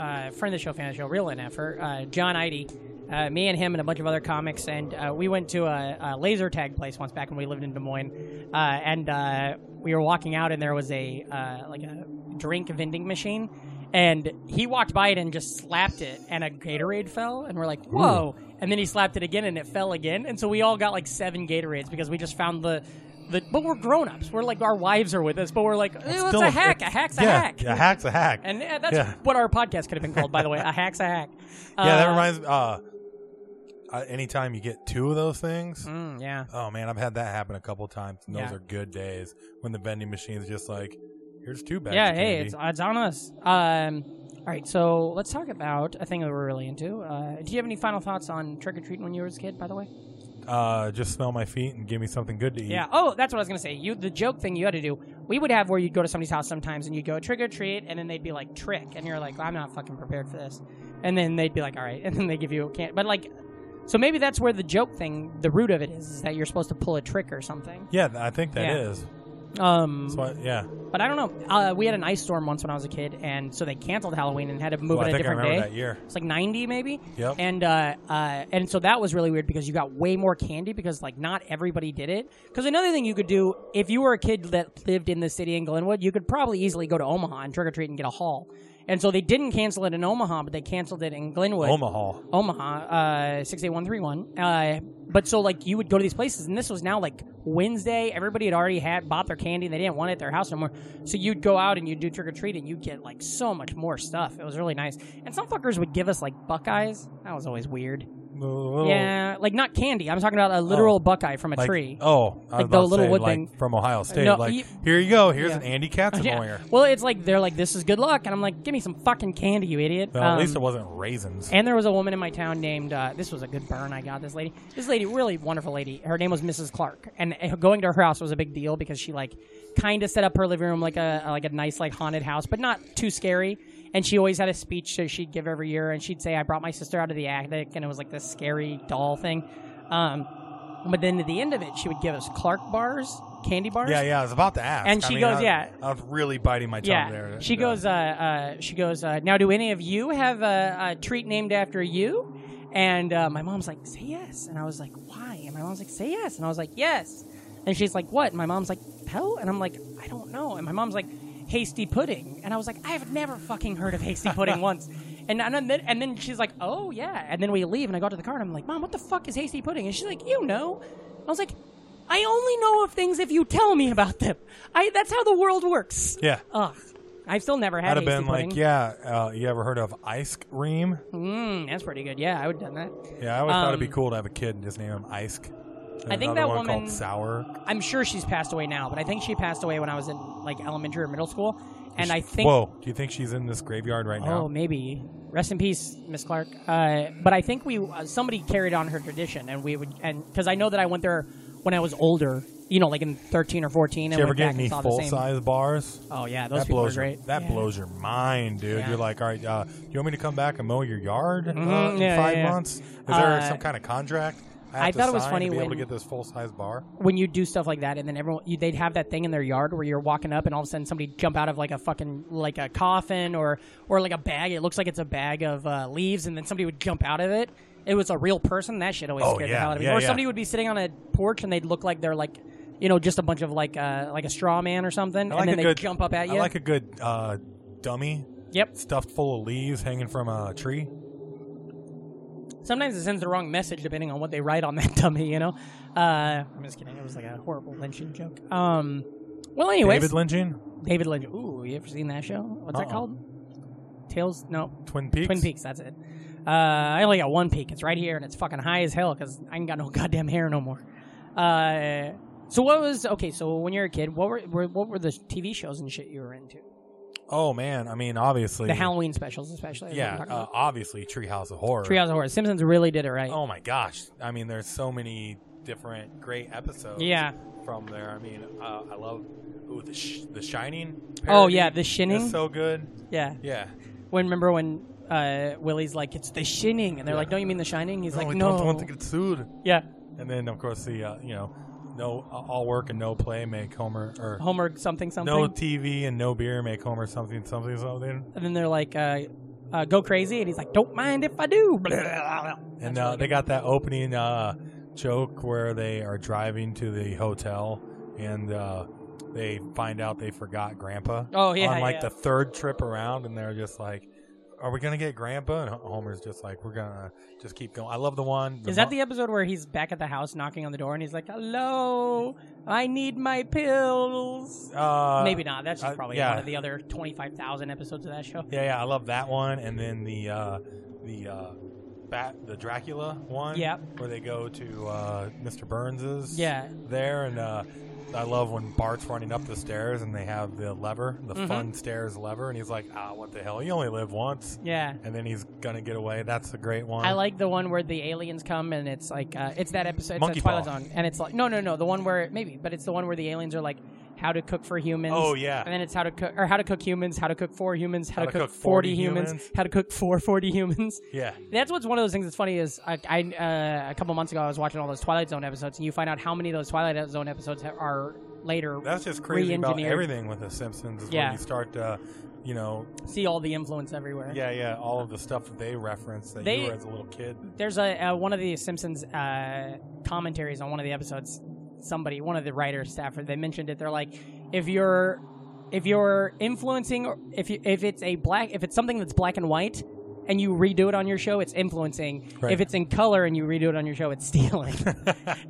S5: uh, friend of the show, fan of the show, real NF, uh, John Idy, uh, me and him and a bunch of other comics, and uh, we went to a, a laser tag place once back when we lived in Des Moines, uh, and uh, we were walking out, and there was a uh, like a drink vending machine. And he walked by it and just slapped it, and a Gatorade fell, and we're like, "Whoa!" And then he slapped it again, and it fell again, and so we all got like seven Gatorades because we just found the, the. But we're grown ups. We're like our wives are with us, but we're like, eh, "It's
S6: Still
S5: a hack. A
S6: it's-
S5: hack's a
S6: yeah,
S5: hack."
S6: A hack's a hack.
S5: And uh, that's
S6: Yeah.
S5: what our podcast could have been called, by the way. A hack's a hack.
S6: yeah, that
S5: Uh,
S6: reminds me. Uh, uh, anytime you get two of those things,
S5: Mm, yeah.
S6: oh man, I've had that happen a couple times. And
S5: Yeah.
S6: Those are good days when the vending machine's just like, here's two bags.
S5: Yeah,
S6: of
S5: hey,
S6: candy.
S5: it's, it's on us. Um, all right, so let's talk about a thing that we're really into. Uh, do you have any final thoughts on trick or treating when you were a kid, by the way?
S6: uh, just smell my feet and give me something good to eat.
S5: Yeah. Oh, that's what I was gonna say. You the joke thing you had to do. We would have where you'd go to somebody's house sometimes, and you would go trick or treat, and then they'd be like trick, and you're like, I'm not fucking prepared for this, and then they'd be like, all right, and then they give you a can. But like, so maybe that's where the joke thing, the root of it is, is that you're supposed to pull a trick or something.
S6: yeah, th- I think that
S5: Yeah.
S6: is.
S5: Um,
S6: That's why- yeah,
S5: But I don't know. Uh, we had an ice storm once when I was a kid, and so they canceled Halloween and had to move
S6: Well,
S5: it
S6: I
S5: a
S6: think I
S5: different
S6: remember
S5: day.
S6: that year.
S5: It's like ninety maybe.
S6: Yep.
S5: And uh, uh, and so that was really weird because you got way more candy because like not everybody did it. Because another thing you could do if you were a kid that lived in the city in Glenwood, you could probably easily go to Omaha and trick or treat and get a haul. And so they didn't cancel it in Omaha, but they canceled it in Glenwood.
S6: Omaha.
S5: Omaha, uh, 68131. Uh, but so, like, you would go to these places, and this was now, like, Wednesday. Everybody had already had bought their candy, and they didn't want it at their house anymore. So you'd go out and you'd do trick-or-treating. You'd get, like, so much more stuff. It was really nice. And some fuckers would give us, like, Buckeyes. That was always weird.
S6: Little-
S5: Yeah, like, not candy. I'm talking about a literal
S6: Oh.
S5: Buckeye from a
S6: like,
S5: tree.
S6: Oh, I
S5: Like
S6: was
S5: the
S6: about to
S5: little
S6: say,
S5: wood
S6: like,
S5: thing. Uh,
S6: from Ohio State.
S5: No,
S6: like
S5: you-
S6: here you go. Here's
S5: Yeah.
S6: an Andy Katzenmoyer.
S5: Well, it's like, they're like, this is good luck. And I'm like, give me some fucking candy, you idiot.
S6: Well, at least
S5: Um,
S6: it wasn't raisins.
S5: And there was a woman in my town named, uh, this was a good burn I got, this lady. This lady, really wonderful lady. Her name was Mrs. Clark. And uh, going to her house was a big deal because she, like, kind of set up her living room like a, like a nice, like, haunted house, but not too scary. And she always had a speech that she'd give every year. And she'd say, I brought my sister out of the attic. And it was like this scary doll thing. Um, but then at the end of it, she would give us Clark bars, candy bars.
S6: yeah, yeah. I was about to ask.
S5: And
S6: I
S5: she
S6: mean,
S5: goes,
S6: I,
S5: yeah.
S6: I was really biting my tongue
S5: Yeah,
S6: there.
S5: she
S6: Uh,
S5: goes. Uh, uh, she goes. Uh, now, do any of you have a, a treat named after you? And uh, my mom's like, say yes. And I was like, why? And my mom's like, say yes. And I was like, yes. And she's like, what? And my mom's like, hell. And I'm like, I don't know. And my mom's like, hasty pudding. And I was like, I have never fucking heard of hasty pudding once. And, and then and then she's like, oh yeah. And then we leave, and I go to the car, and I'm like, mom, what the fuck is hasty pudding? And she's like, you know. I was like. I only know of things if you tell me about them. I, that's how the world works.
S6: Yeah.
S5: Ugh. I've still never had
S6: I'd have
S5: hasty
S6: been
S5: "Oh, pudding.
S6: like, yeah. Uh, you ever heard of ice cream?
S5: Mm, that's pretty good. Yeah, I would have done that.
S6: Yeah, I always thought it'd be
S5: Um,
S6: cool to have a kid and just name him Ice.
S5: I think
S6: another
S5: that
S6: one
S5: woman-
S6: called Sour.
S5: I'm sure she's passed away now, but I think she passed away when I was in like elementary or middle school. And I think
S6: Whoa, do you think she's in this graveyard right
S5: Oh,
S6: now?
S5: maybe. Rest in peace, Miss Clark. Uh, but I think we uh, somebody carried on her tradition, and we would, and because I know that I went there when I was older, you know, like in thirteen or fourteen,
S6: Did
S5: and
S6: you
S5: went
S6: ever get
S5: back
S6: any
S5: and saw the
S6: full
S5: same.
S6: size bars?
S5: Oh yeah, those
S6: that
S5: people
S6: blows
S5: are great.
S6: Your, that
S5: Yeah.
S6: blows your mind, dude.
S5: Yeah.
S6: You're like, all right, uh, you want me to come back and mow your yard uh,
S5: Mhm,
S6: in
S5: yeah,
S6: five
S5: yeah, yeah.
S6: months? Is there
S5: Uh,
S6: some kind of contract? I,
S5: I
S6: have to
S5: thought it was
S6: sign
S5: funny
S6: to be able
S5: when-
S6: to get this full size bar.
S5: when you do stuff like that, and then everyone you, they'd have that thing in their yard where you're walking up, and all of a sudden somebody jump out of like a fucking like a coffin or or like a bag. It looks like it's a bag of uh, leaves, and then somebody would jump out of it. It was a real person. That shit always
S6: Oh,
S5: scared the
S6: yeah,
S5: hell out of me.
S6: yeah,
S5: or
S6: yeah.
S5: somebody would be sitting on a porch, and they'd look like they're like. You know, just a bunch of like uh, like a straw man or something,
S6: I like
S5: and then
S6: a
S5: they
S6: good
S5: jump up at you.
S6: I like a good uh, dummy
S5: yep.
S6: stuffed full of leaves hanging from a tree.
S5: Sometimes it sends the wrong message depending on what they write on that dummy. You know. Uh, I'm just kidding. It was like a horrible lynching joke. Um. Well, anyways,
S6: David lynching,
S5: David Lynch. Ooh, you ever seen that show? What's that
S6: Uh-uh.
S5: called? Tales? No,
S6: Twin Peaks.
S5: Twin Peaks. That's it. Uh, I only got one peak. It's right here, and it's fucking high as hell because I ain't got no goddamn hair no more. Uh, so what was okay? So when you were a kid, what were, were what were the TV shows and shit you were into?
S6: Oh man, I mean, obviously,
S5: The Halloween specials, especially. is what
S6: yeah,
S5: I'm talking
S6: uh,
S5: about.
S6: obviously, Treehouse of Horror.
S5: Treehouse of Horror. Simpsons really did it right.
S6: Oh my gosh! I mean, there's so many different great episodes.
S5: Yeah.
S6: From there, I mean, uh, I love ooh the sh- the Shining.
S5: Oh, yeah,
S6: parody
S5: The Shining?
S6: is so good.
S5: Yeah.
S6: Yeah,
S5: When remember when uh, Willie's like, it's The Shining, and they're like, don't you mean The Shining? He's
S6: No,
S5: like,
S6: I
S5: no.
S6: Oh, don't want to get sued.
S5: yeah,
S6: And then of course the uh, you know, no all work and no play make Homer or
S5: Homer something Oh, something.
S6: no TV and no beer make Homer something something something.
S5: and then they're like, uh, uh, go crazy, and he's like, don't mind if I do. Oh, Blah, blah, blah, blah.
S6: And uh, they got that opening uh, joke where they are driving to the hotel and uh, they find out they forgot Grandpa.
S5: Oh, yeah,
S6: on like
S5: yeah.
S6: the third trip around, and they're just like. Are we gonna get Grandpa? And Ho- Homer's just like, we're gonna just keep going. I love the one.
S5: Is that
S6: mo-
S5: the episode where he's back at the house knocking on the door and he's like, hello, I need my pills?
S6: Uh,
S5: Maybe not. That's just
S6: uh,
S5: probably
S6: yeah.
S5: one of the other 25,000 episodes of that show.
S6: Yeah, yeah, I love that one, and then the uh, the uh, bat, the Dracula one.
S5: Yep.
S6: where they go to uh, Mr. Burns's.
S5: Yeah.
S6: there, and uh, I love when Bart's running up the stairs, and they have the lever, the
S5: Mm-hmm.
S6: fun stairs lever, and he's like, "Ah, what the hell? You only live once."
S5: Yeah.
S6: And then he's gonna get away. That's a great one.
S5: I like the one where the aliens come and it's like uh, it's that episode. It's
S6: Monkey
S5: a Twilight
S6: Paw.
S5: Zone, and it's like no, no, no. The one where maybe, but it's the one where the aliens are like how to cook for humans.
S6: Oh, yeah.
S5: and then it's how to cook or how to cook humans, how to cook for humans, how, to, cook,
S6: 40
S5: forty humans,
S6: humans.
S5: how to cook for forty humans.
S6: Yeah.
S5: That's what's one of those things that's funny is I, I uh, a couple months ago I was watching all those Twilight Zone episodes and you find out how many of those Twilight Zone episodes ha- are later
S6: That's just crazy about
S5: re-engineered.
S6: everything with the Simpsons. Is
S5: Yeah.
S6: when you start to, you know,
S5: See all the influence everywhere.
S6: yeah, yeah, all of the stuff that they reference that
S5: They-
S6: you were as a little kid.
S5: There's a uh, one of the Simpsons uh, commentaries on one of the episodes. Somebody, one of the writers, Stafford, they mentioned it. They're like, if you're if you're influencing, or if you, if it's a black, if it's something that's black and white, and you redo it on your show, it's influencing.
S6: Right.
S5: If it's in color and you redo it on your show, it's stealing.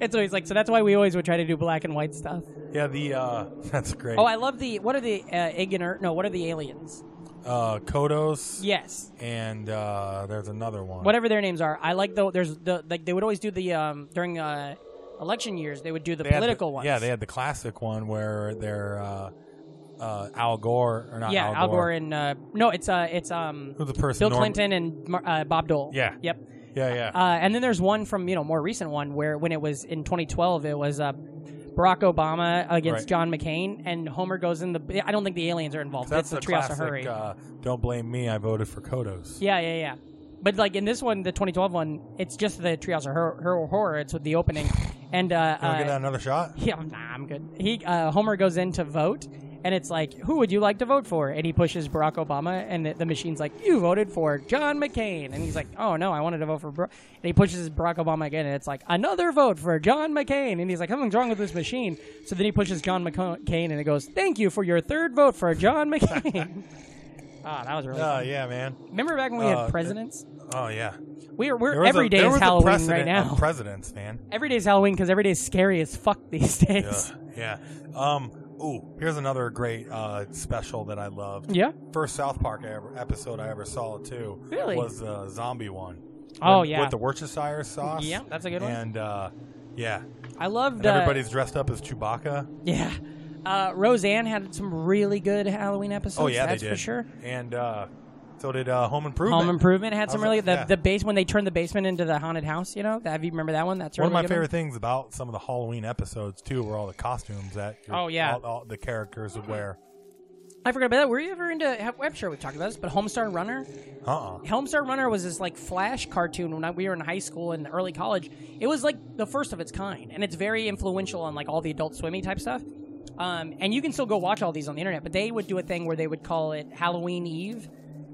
S5: it's always like so. That's why we always would try to do black and white stuff.
S6: Yeah, the uh, that's great.
S5: Oh, I love the what are the uh, ignorant? No, what are the aliens?
S6: uh, Kodos.
S5: Yes,
S6: And uh, there's another one.
S5: whatever their names are. I like the there's the like they would always do the um during uh election years they would do the
S6: They had
S5: political ones.
S6: Yeah, they had the classic one where they're uh, uh, Al Gore or not
S5: yeah
S6: Al Gore.
S5: Al Gore and uh no it's uh it's um
S6: Who's the person?
S5: Bill
S6: norm-
S5: Clinton and Mar- uh, Bob Dole.
S6: Yeah.
S5: Yep.
S6: Yeah, yeah.
S5: Uh, and then there's one from you know more recent one where when it was in 2012 it was uh. Barack Obama against
S6: Right.
S5: John McCain, and Homer goes in the. I don't think the aliens are involved.
S6: that's
S5: it's the
S6: the
S5: Treehouse of
S6: classic.
S5: Hurry.
S6: Uh, Don't blame me. I voted for Kodos.
S5: Yeah, yeah, yeah. But like in this one, the 2012 one, it's just the Treehouse of Hor- Hor- Horror. It's with the opening, and uh,
S6: You wanna
S5: uh,
S6: get that another shot?
S5: Yeah, I'm- nah, I'm good. He uh, Homer goes in to vote, and it's like, who would you like to vote for? And he pushes Barack Obama, and the, the machine's like, you voted for John McCain, and he's like, oh no, I wanted to vote for. Barack. And he pushes Barack Obama again, and it's like another vote for John McCain, and he's like, something's wrong with this machine. So then he pushes John McCain, and it goes, thank you for your third vote for John McCain. Ah, that was really.
S6: Oh yeah, man.
S5: Remember back when we
S6: uh,
S5: had presidents?
S6: Oh yeah.
S5: We are, we're
S6: There was
S5: every
S6: a,
S5: day
S6: there
S5: is
S6: was a
S5: Halloween
S6: precedent
S5: right now.
S6: Of presidents, man.
S5: every day is Halloween because every day is scary as fuck these days.
S6: Ugh, yeah. Um. Ooh, here's another great uh, special that I loved.
S5: Yeah.
S6: First South Park I ever, episode I ever saw too.
S5: Really?
S6: Was the zombie one.
S5: Oh
S6: With-
S5: yeah.
S6: With the Worcestershire sauce.
S5: Yeah, that's a good one.
S6: And uh, yeah,
S5: I loved
S6: and
S5: uh,
S6: everybody's dressed up as Chewbacca.
S5: Yeah. Uh, Roseanne had some really good Halloween episodes.
S6: Oh yeah,
S5: that's
S6: they did
S5: for sure.
S6: And uh, so did uh, Home Improvement.
S5: Home Improvement had some
S6: How's
S5: really
S6: that-
S5: the the
S6: yeah.
S5: base when they turned the basement into the haunted house. You know, that you remember that one? That's a
S6: One
S5: really
S6: of my
S5: good
S6: favorite things about some of the Halloween episodes too were all the costumes that your-
S5: Oh, yeah.
S6: all, all the characters would wear.
S5: I forgot about that. Were you ever into? I'm sure we talked about this, but Homestar Runner.
S6: Uh uh
S5: Helmstar Runner was this like flash cartoon when I, we were in high school and early college. It was like the first of its kind, and it's very influential on like all the adult swimming type stuff. Um, and you can still go watch all these on the internet, but they would do a thing where they would call it Halloween Eve,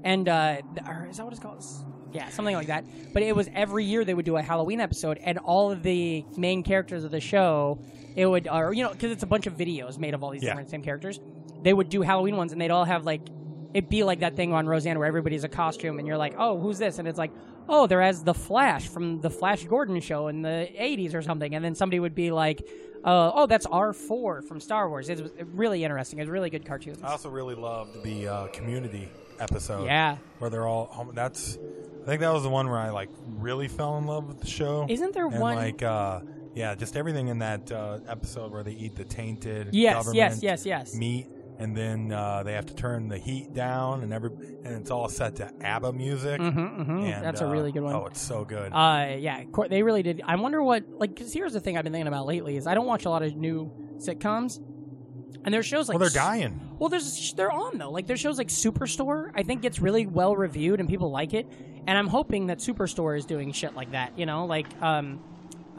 S5: and uh, th- or is that what it's called? S- Yeah, something like that. But it was every year they would do a Halloween episode, and all of the main characters of the show, it would, or you know, because it's a bunch of videos made of all these
S6: Yeah.
S5: different same characters, they would do Halloween ones, and they'd all have like it'd be like that thing on Roseanne where everybody's a costume and you're like, oh, who's this? And it's like, oh, they're as the Flash from the Flash Gordon show in the 80s or something. And then somebody would be like, uh, oh, that's R4 from Star Wars. It was really interesting. It was really good cartoons.
S6: I also really loved the uh, Community episode.
S5: Yeah.
S6: where they're all home. That's I think that was the one where I like really fell in love with the show.
S5: Isn't there
S6: and,
S5: one-
S6: like uh, yeah, just everything in that uh, episode where they eat the tainted
S5: Yes, yes,
S6: government
S5: yes, yes.
S6: meat, and then uh, they have to turn the heat down, and every and it's all set to ABBA music. And,
S5: Mm-hmm. That's a
S6: uh,
S5: really good one.
S6: Oh, it's so good.
S5: Uh, yeah, qu- they really did. I wonder what like because here's the thing I've been thinking about lately is I don't watch a lot of new sitcoms, and there's shows like
S6: well, they're
S5: s-
S6: dying.
S5: Well, there's they're on though. Like there's shows like Superstore, I think gets really well reviewed and people like it. And I'm hoping that Superstore is doing shit like that. You know, like um,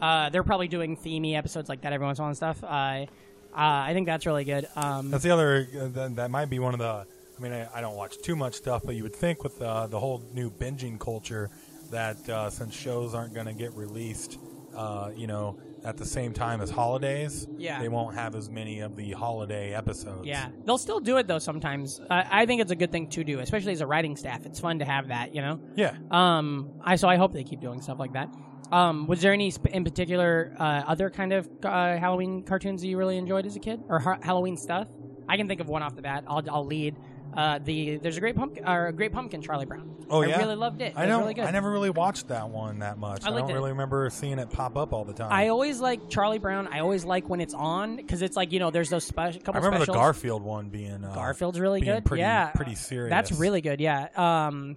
S5: uh, they're probably doing themey episodes like that every once in a while and stuff. Uh, uh, I think that's really good. Um,
S6: That's the other. Uh, that, that might be one of the. I mean, I, I don't watch too much stuff, but you would think with uh, the whole new binging culture that uh, since shows aren't going to get released, uh, you know, at the same time as holidays,
S5: Yeah.
S6: they won't have as many of the holiday episodes.
S5: yeah, they'll still do it though sometimes. Uh, I think it's a good thing to do, especially as a writing staff. It's fun to have that. You know.
S6: yeah.
S5: Um, I so I hope they keep doing stuff like that. Um, was there any sp- in particular uh, other kind of uh, Halloween cartoons that you really enjoyed as a kid, or ha- Halloween stuff? I can think of one off the bat. I'll, I'll lead. Uh, the there's a great pumpkin, or a great pumpkin, Charlie Brown.
S6: Oh
S5: I
S6: yeah,
S5: really loved it.
S6: I
S5: It was
S6: don't.
S5: really good.
S6: I never really watched that one that much.
S5: I
S6: I,
S5: liked
S6: don't
S5: it.
S6: really remember seeing it pop up all the time.
S5: I always like Charlie Brown. I always like when it's on because it's like you know there's those special
S6: I
S5: couple.
S6: remember
S5: specials.
S6: the Garfield one being uh,
S5: Garfield's really
S6: being
S5: good.
S6: Pretty,
S5: yeah,
S6: pretty serious.
S5: That's really good. Yeah. Um,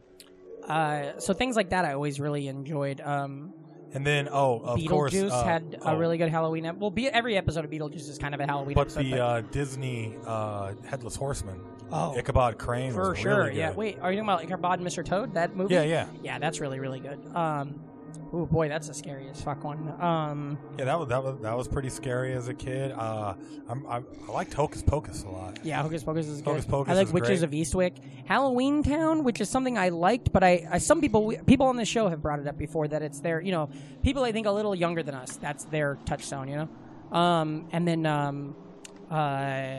S5: uh, so things like that I always really enjoyed. Um,
S6: And then oh, of
S5: Beetlejuice
S6: course, uh,
S5: had a
S6: oh,
S5: really good Halloween. Ep- well, be- every episode of Beetlejuice is kind of a Halloween
S6: But
S5: episode.
S6: the
S5: but
S6: uh, Disney uh, Headless Horseman,
S5: Oh.
S6: Ichabod Crane,
S5: for
S6: was
S5: sure,
S6: really
S5: yeah.
S6: good.
S5: Wait, are you talking about Ichabod and Mr. Toad? That movie?
S6: Yeah, yeah.
S5: yeah. That's really, really good. Um, oh boy, that's a scary as fuck one. Um,
S6: yeah. That was that was that was pretty scary as a kid. Uh, I'm, I, I liked Hocus Pocus a lot.
S5: yeah, Hocus Pocus is good.
S6: Hocus Pocus
S5: I like
S6: is
S5: Witches
S6: great.
S5: of Eastwick, Halloween Town, which is something I liked, but I, I some people people on the show have brought it up before that it's their you know people I think a little younger than us that's their touchstone, you know. Um, and then um, uh,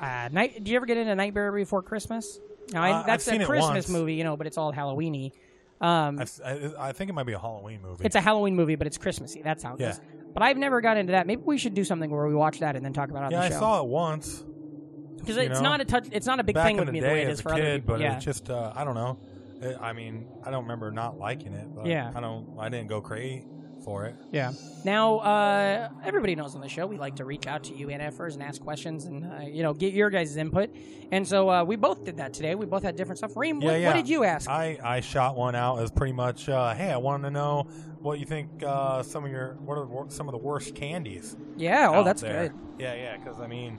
S5: uh, night. Do you ever get into Nightmare Before Christmas? Now I,
S6: Uh, I've
S5: that's
S6: seen
S5: a
S6: it
S5: Christmas
S6: once.
S5: movie, you know, but it's all Halloweeny. Um,
S6: I've, I, I think it might be a Halloween movie.
S5: it's a Halloween movie, but it's Christmassy. That's how it
S6: Yeah.
S5: goes. But I've never got into that. Maybe we should do something where we watch that and then talk about it on
S6: yeah,
S5: the
S6: I
S5: show.
S6: saw it once
S5: because
S6: you
S5: it's
S6: know,
S5: not a touch. It's not a big
S6: back
S5: thing
S6: in
S5: with
S6: the
S5: me
S6: day
S5: the way it
S6: as
S5: is
S6: a
S5: for
S6: kid,
S5: other people.
S6: but
S5: yeah.
S6: it's just uh, I don't know. It, I mean, I don't remember not liking it. But
S5: Yeah.
S6: I don't. I didn't go crazy for it.
S5: Yeah. Now, uh, everybody knows on the show we like to reach out to you NFers and ask questions and uh, you know get your guys' input. And so uh, we both did that today. We both had different stuff. Reem,
S6: Yeah,
S5: what,
S6: yeah.
S5: what did you ask?
S6: I, I shot one out as pretty much, uh, hey, I wanted to know what you think uh, some of your what are the, wor- some of the worst candies.
S5: yeah. Oh,
S6: out
S5: that's
S6: there.
S5: good.
S6: Yeah, yeah, because I mean,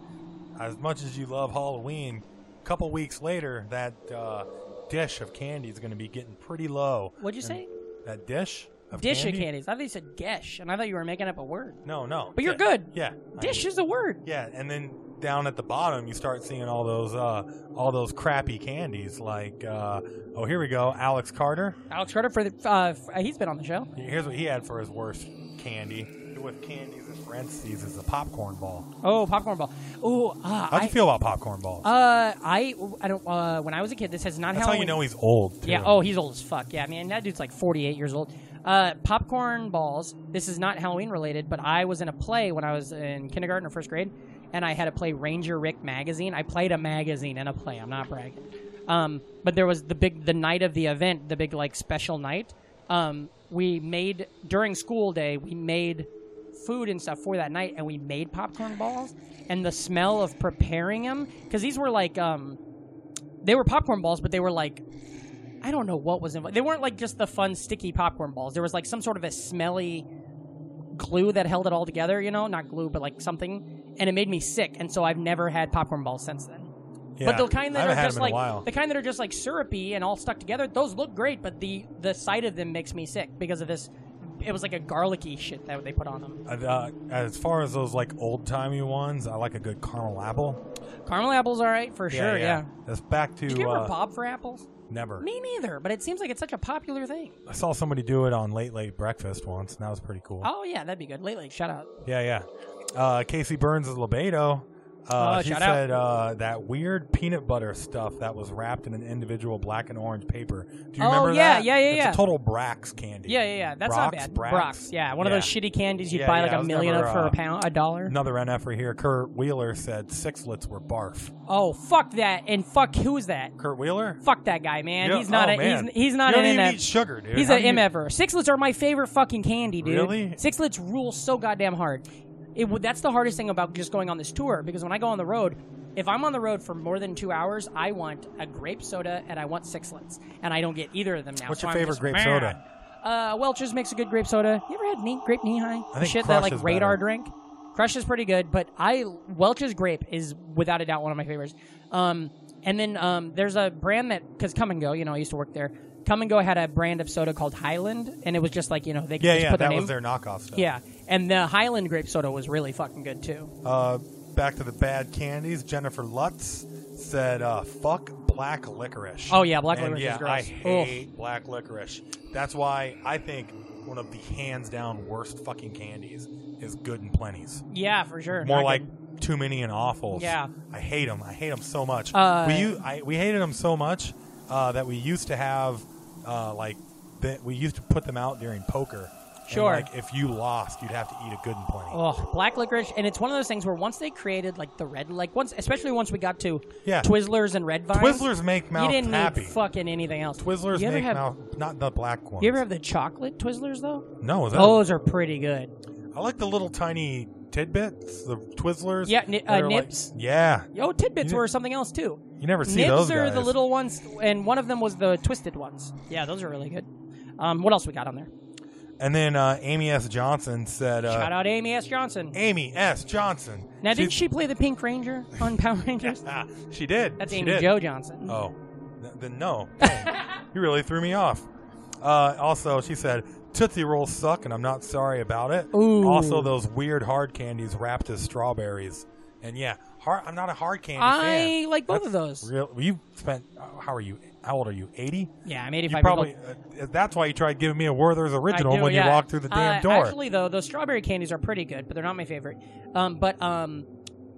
S6: as much as you love Halloween, a couple weeks later that uh, dish of candy is going to be getting pretty low.
S5: What'd you say?
S6: That dish of
S5: Dish
S6: candy?
S5: of candies. I thought you said gesh, and I thought you were making up a word.
S6: No, no.
S5: But you're
S6: yeah,
S5: good.
S6: Yeah. I
S5: Dish
S6: mean,
S5: is a word.
S6: yeah, and then down at the bottom you start seeing all those uh, all those crappy candies like uh, oh here we go Alex Carter
S5: Alex Carter for the uh, f- uh, he's been on the show.
S6: Here's what he had for his worst candy. With candies in parentheses is a popcorn ball.
S5: Oh, popcorn ball. Oh, uh,
S6: How'd
S5: I
S6: you feel about popcorn balls?
S5: uh, I I don't. Uh, when I was a kid, this has not
S6: That's how
S5: Halloween.
S6: you know he's old. Too.
S5: Yeah. Oh, he's old as fuck. Yeah, man, that dude's like 48 years old. Uh, popcorn balls. This is not Halloween related, but I was in a play when I was in kindergarten or first grade, and I had to play Ranger Rick magazine. I played a magazine in a play. I'm not bragging. Um, but there was the big the night of the event, the big like special night. Um, we made during school day. We made food and stuff for that night, and we made popcorn balls. And the smell of preparing them, because these were like um, they were popcorn balls, but they were like I don't know what was involved. They weren't like just the fun sticky popcorn balls. There was like some sort of a smelly glue that held it all together. You know, not glue, but like something, and it made me sick. And so I've never had popcorn balls since then.
S6: Yeah,
S5: But the kind that
S6: I haven't
S5: are
S6: had
S5: just
S6: them in
S5: like
S6: a while.
S5: the kind that are just like syrupy and all stuck together, those look great, but the the sight of them makes me sick because of this. It was like a garlicky shit that they put on them.
S6: Uh, as far as those like old timey ones, I like a good caramel apple.
S5: Caramel apples, all right for sure. Yeah.
S6: That's back to
S5: Did you ever
S6: uh,
S5: bob for apples?
S6: never.
S5: Me neither, but it seems like it's such a popular thing.
S6: I saw somebody do it on Late Late Breakfast once, and that was pretty cool.
S5: Oh yeah, that'd be good. Lately, shout out.
S6: Yeah, yeah. Uh, Casey Burns' Lebedo. Uh,
S5: Oh,
S6: she
S5: shout out.
S6: said uh, that weird peanut butter stuff that was wrapped in an individual black and orange paper. Do you
S5: Oh,
S6: remember
S5: yeah,
S6: that?
S5: yeah, yeah,
S6: It's
S5: yeah.
S6: a total Brax candy.
S5: Yeah, yeah, yeah. That's
S6: Brock's,
S5: not bad.
S6: Brax.
S5: Brock's, yeah, one of those shitty candies you'd
S6: Yeah,
S5: buy
S6: yeah,
S5: like
S6: I
S5: a
S6: was
S5: million
S6: never,
S5: of for
S6: uh,
S5: a pound, a dollar.
S6: Another NFer here, Kurt Wheeler said sixlets were barf.
S5: Oh, fuck that, and fuck who's that?
S6: Kurt Wheeler?
S5: Fuck that guy, man.
S6: Yeah,
S5: he's not
S6: oh,
S5: a
S6: man.
S5: he's he's not
S6: you
S5: an
S6: don't even
S5: MF.
S6: eat sugar, dude.
S5: he's
S6: How
S5: an
S6: do you-
S5: MFer. Sixlets are my favorite fucking candy, dude.
S6: Really?
S5: Sixlets rule so goddamn hard. It would that's the hardest thing about just going on this tour because when I go on the road, if I'm on the road for more than two hours, I want a grape soda and I want sixlets, and I don't get either of them now.
S6: What's
S5: so
S6: your
S5: I'm
S6: favorite
S5: just
S6: grape
S5: mad.
S6: soda?
S5: Uh, Welch's makes a good grape soda. You ever had knee, grape knee high?
S6: I think
S5: Shit
S6: Crush
S5: that like
S6: is
S5: radar
S6: better.
S5: drink. Crush is pretty good, but I Welch's Grape is without a doubt one of my favorites. Um, and then um, there's a brand that because Come and Go, you know, I used to work there. Come and Go had a brand of soda called Highland, and it was just like you know they could
S6: Yeah,
S5: just
S6: yeah,
S5: put their
S6: that
S5: name.
S6: was their knockoff stuff.
S5: yeah, and the Highland grape soda was really fucking good too.
S6: Uh, back to the bad candies. Jennifer Lutz said, uh, "Fuck black licorice."
S5: Oh, yeah, black
S6: And
S5: licorice
S6: Yeah,
S5: is gross.
S6: I hate black licorice. That's why I think one of the hands down worst fucking candies is Good and Plenty's.
S5: Yeah, for sure.
S6: More
S5: Not
S6: like
S5: good.
S6: too many and awfuls.
S5: Yeah.
S6: I hate them. I hate them so much.
S5: Uh,
S6: we u- I, we hated them so much uh, that we used to have uh, like that we used to put them out during poker. And,
S5: Sure.
S6: like if you lost, you'd have to eat a Good and Plenty.
S5: Oh, black licorice, and it's one of those things where once they created like the red, like once, especially once we got to
S6: Yeah.
S5: Twizzlers and Red Vines.
S6: Twizzlers make
S5: you
S6: mouth
S5: didn't
S6: happy.
S5: need fucking anything else.
S6: Twizzlers
S5: you ever
S6: make
S5: have,
S6: mouth not the black ones.
S5: You ever have Oh. the chocolate Twizzlers though?
S6: no? That,
S5: Those are pretty good.
S6: I like the little tiny tidbits, the Twizzlers.
S5: Yeah, ni- uh,
S6: They're like-
S5: nips.
S6: yeah,
S5: Oh, tidbits
S6: You-
S5: were something else too.
S6: you never see
S5: Nibs
S6: those
S5: are
S6: guys.
S5: the little ones, and one of them was the twisted ones. Yeah, those are really good. Um, what else we got on there?
S6: and then uh, Amy S. Johnson said, uh,
S5: Shout out Amy S. Johnson.
S6: "Amy S. Johnson."
S5: now, did she play the Pink Ranger on Power Rangers?
S6: Ah, she did.
S5: That's
S6: she
S5: Amy
S6: did.
S5: Joe Johnson.
S6: Oh, th- then no. Dang. you really threw me off. Uh, also, she said Tootsie Rolls suck, and I'm not sorry about it.
S5: Ooh.
S6: Also, those weird hard candies wrapped as strawberries. And yeah, hard, I'm not a hard candy
S5: I
S6: fan.
S5: like both of those.
S6: Real, you spent. uh, How are you? How old are you? Eighty.
S5: Yeah, I'm
S6: You
S5: 85 years old.
S6: probably. Uh, that's why you tried giving me a Werther's original
S5: I do,
S6: when
S5: yeah.
S6: you walked through the damn
S5: Uh,
S6: door.
S5: Actually, though, those strawberry candies are pretty good, but they're not my favorite. Um, but um,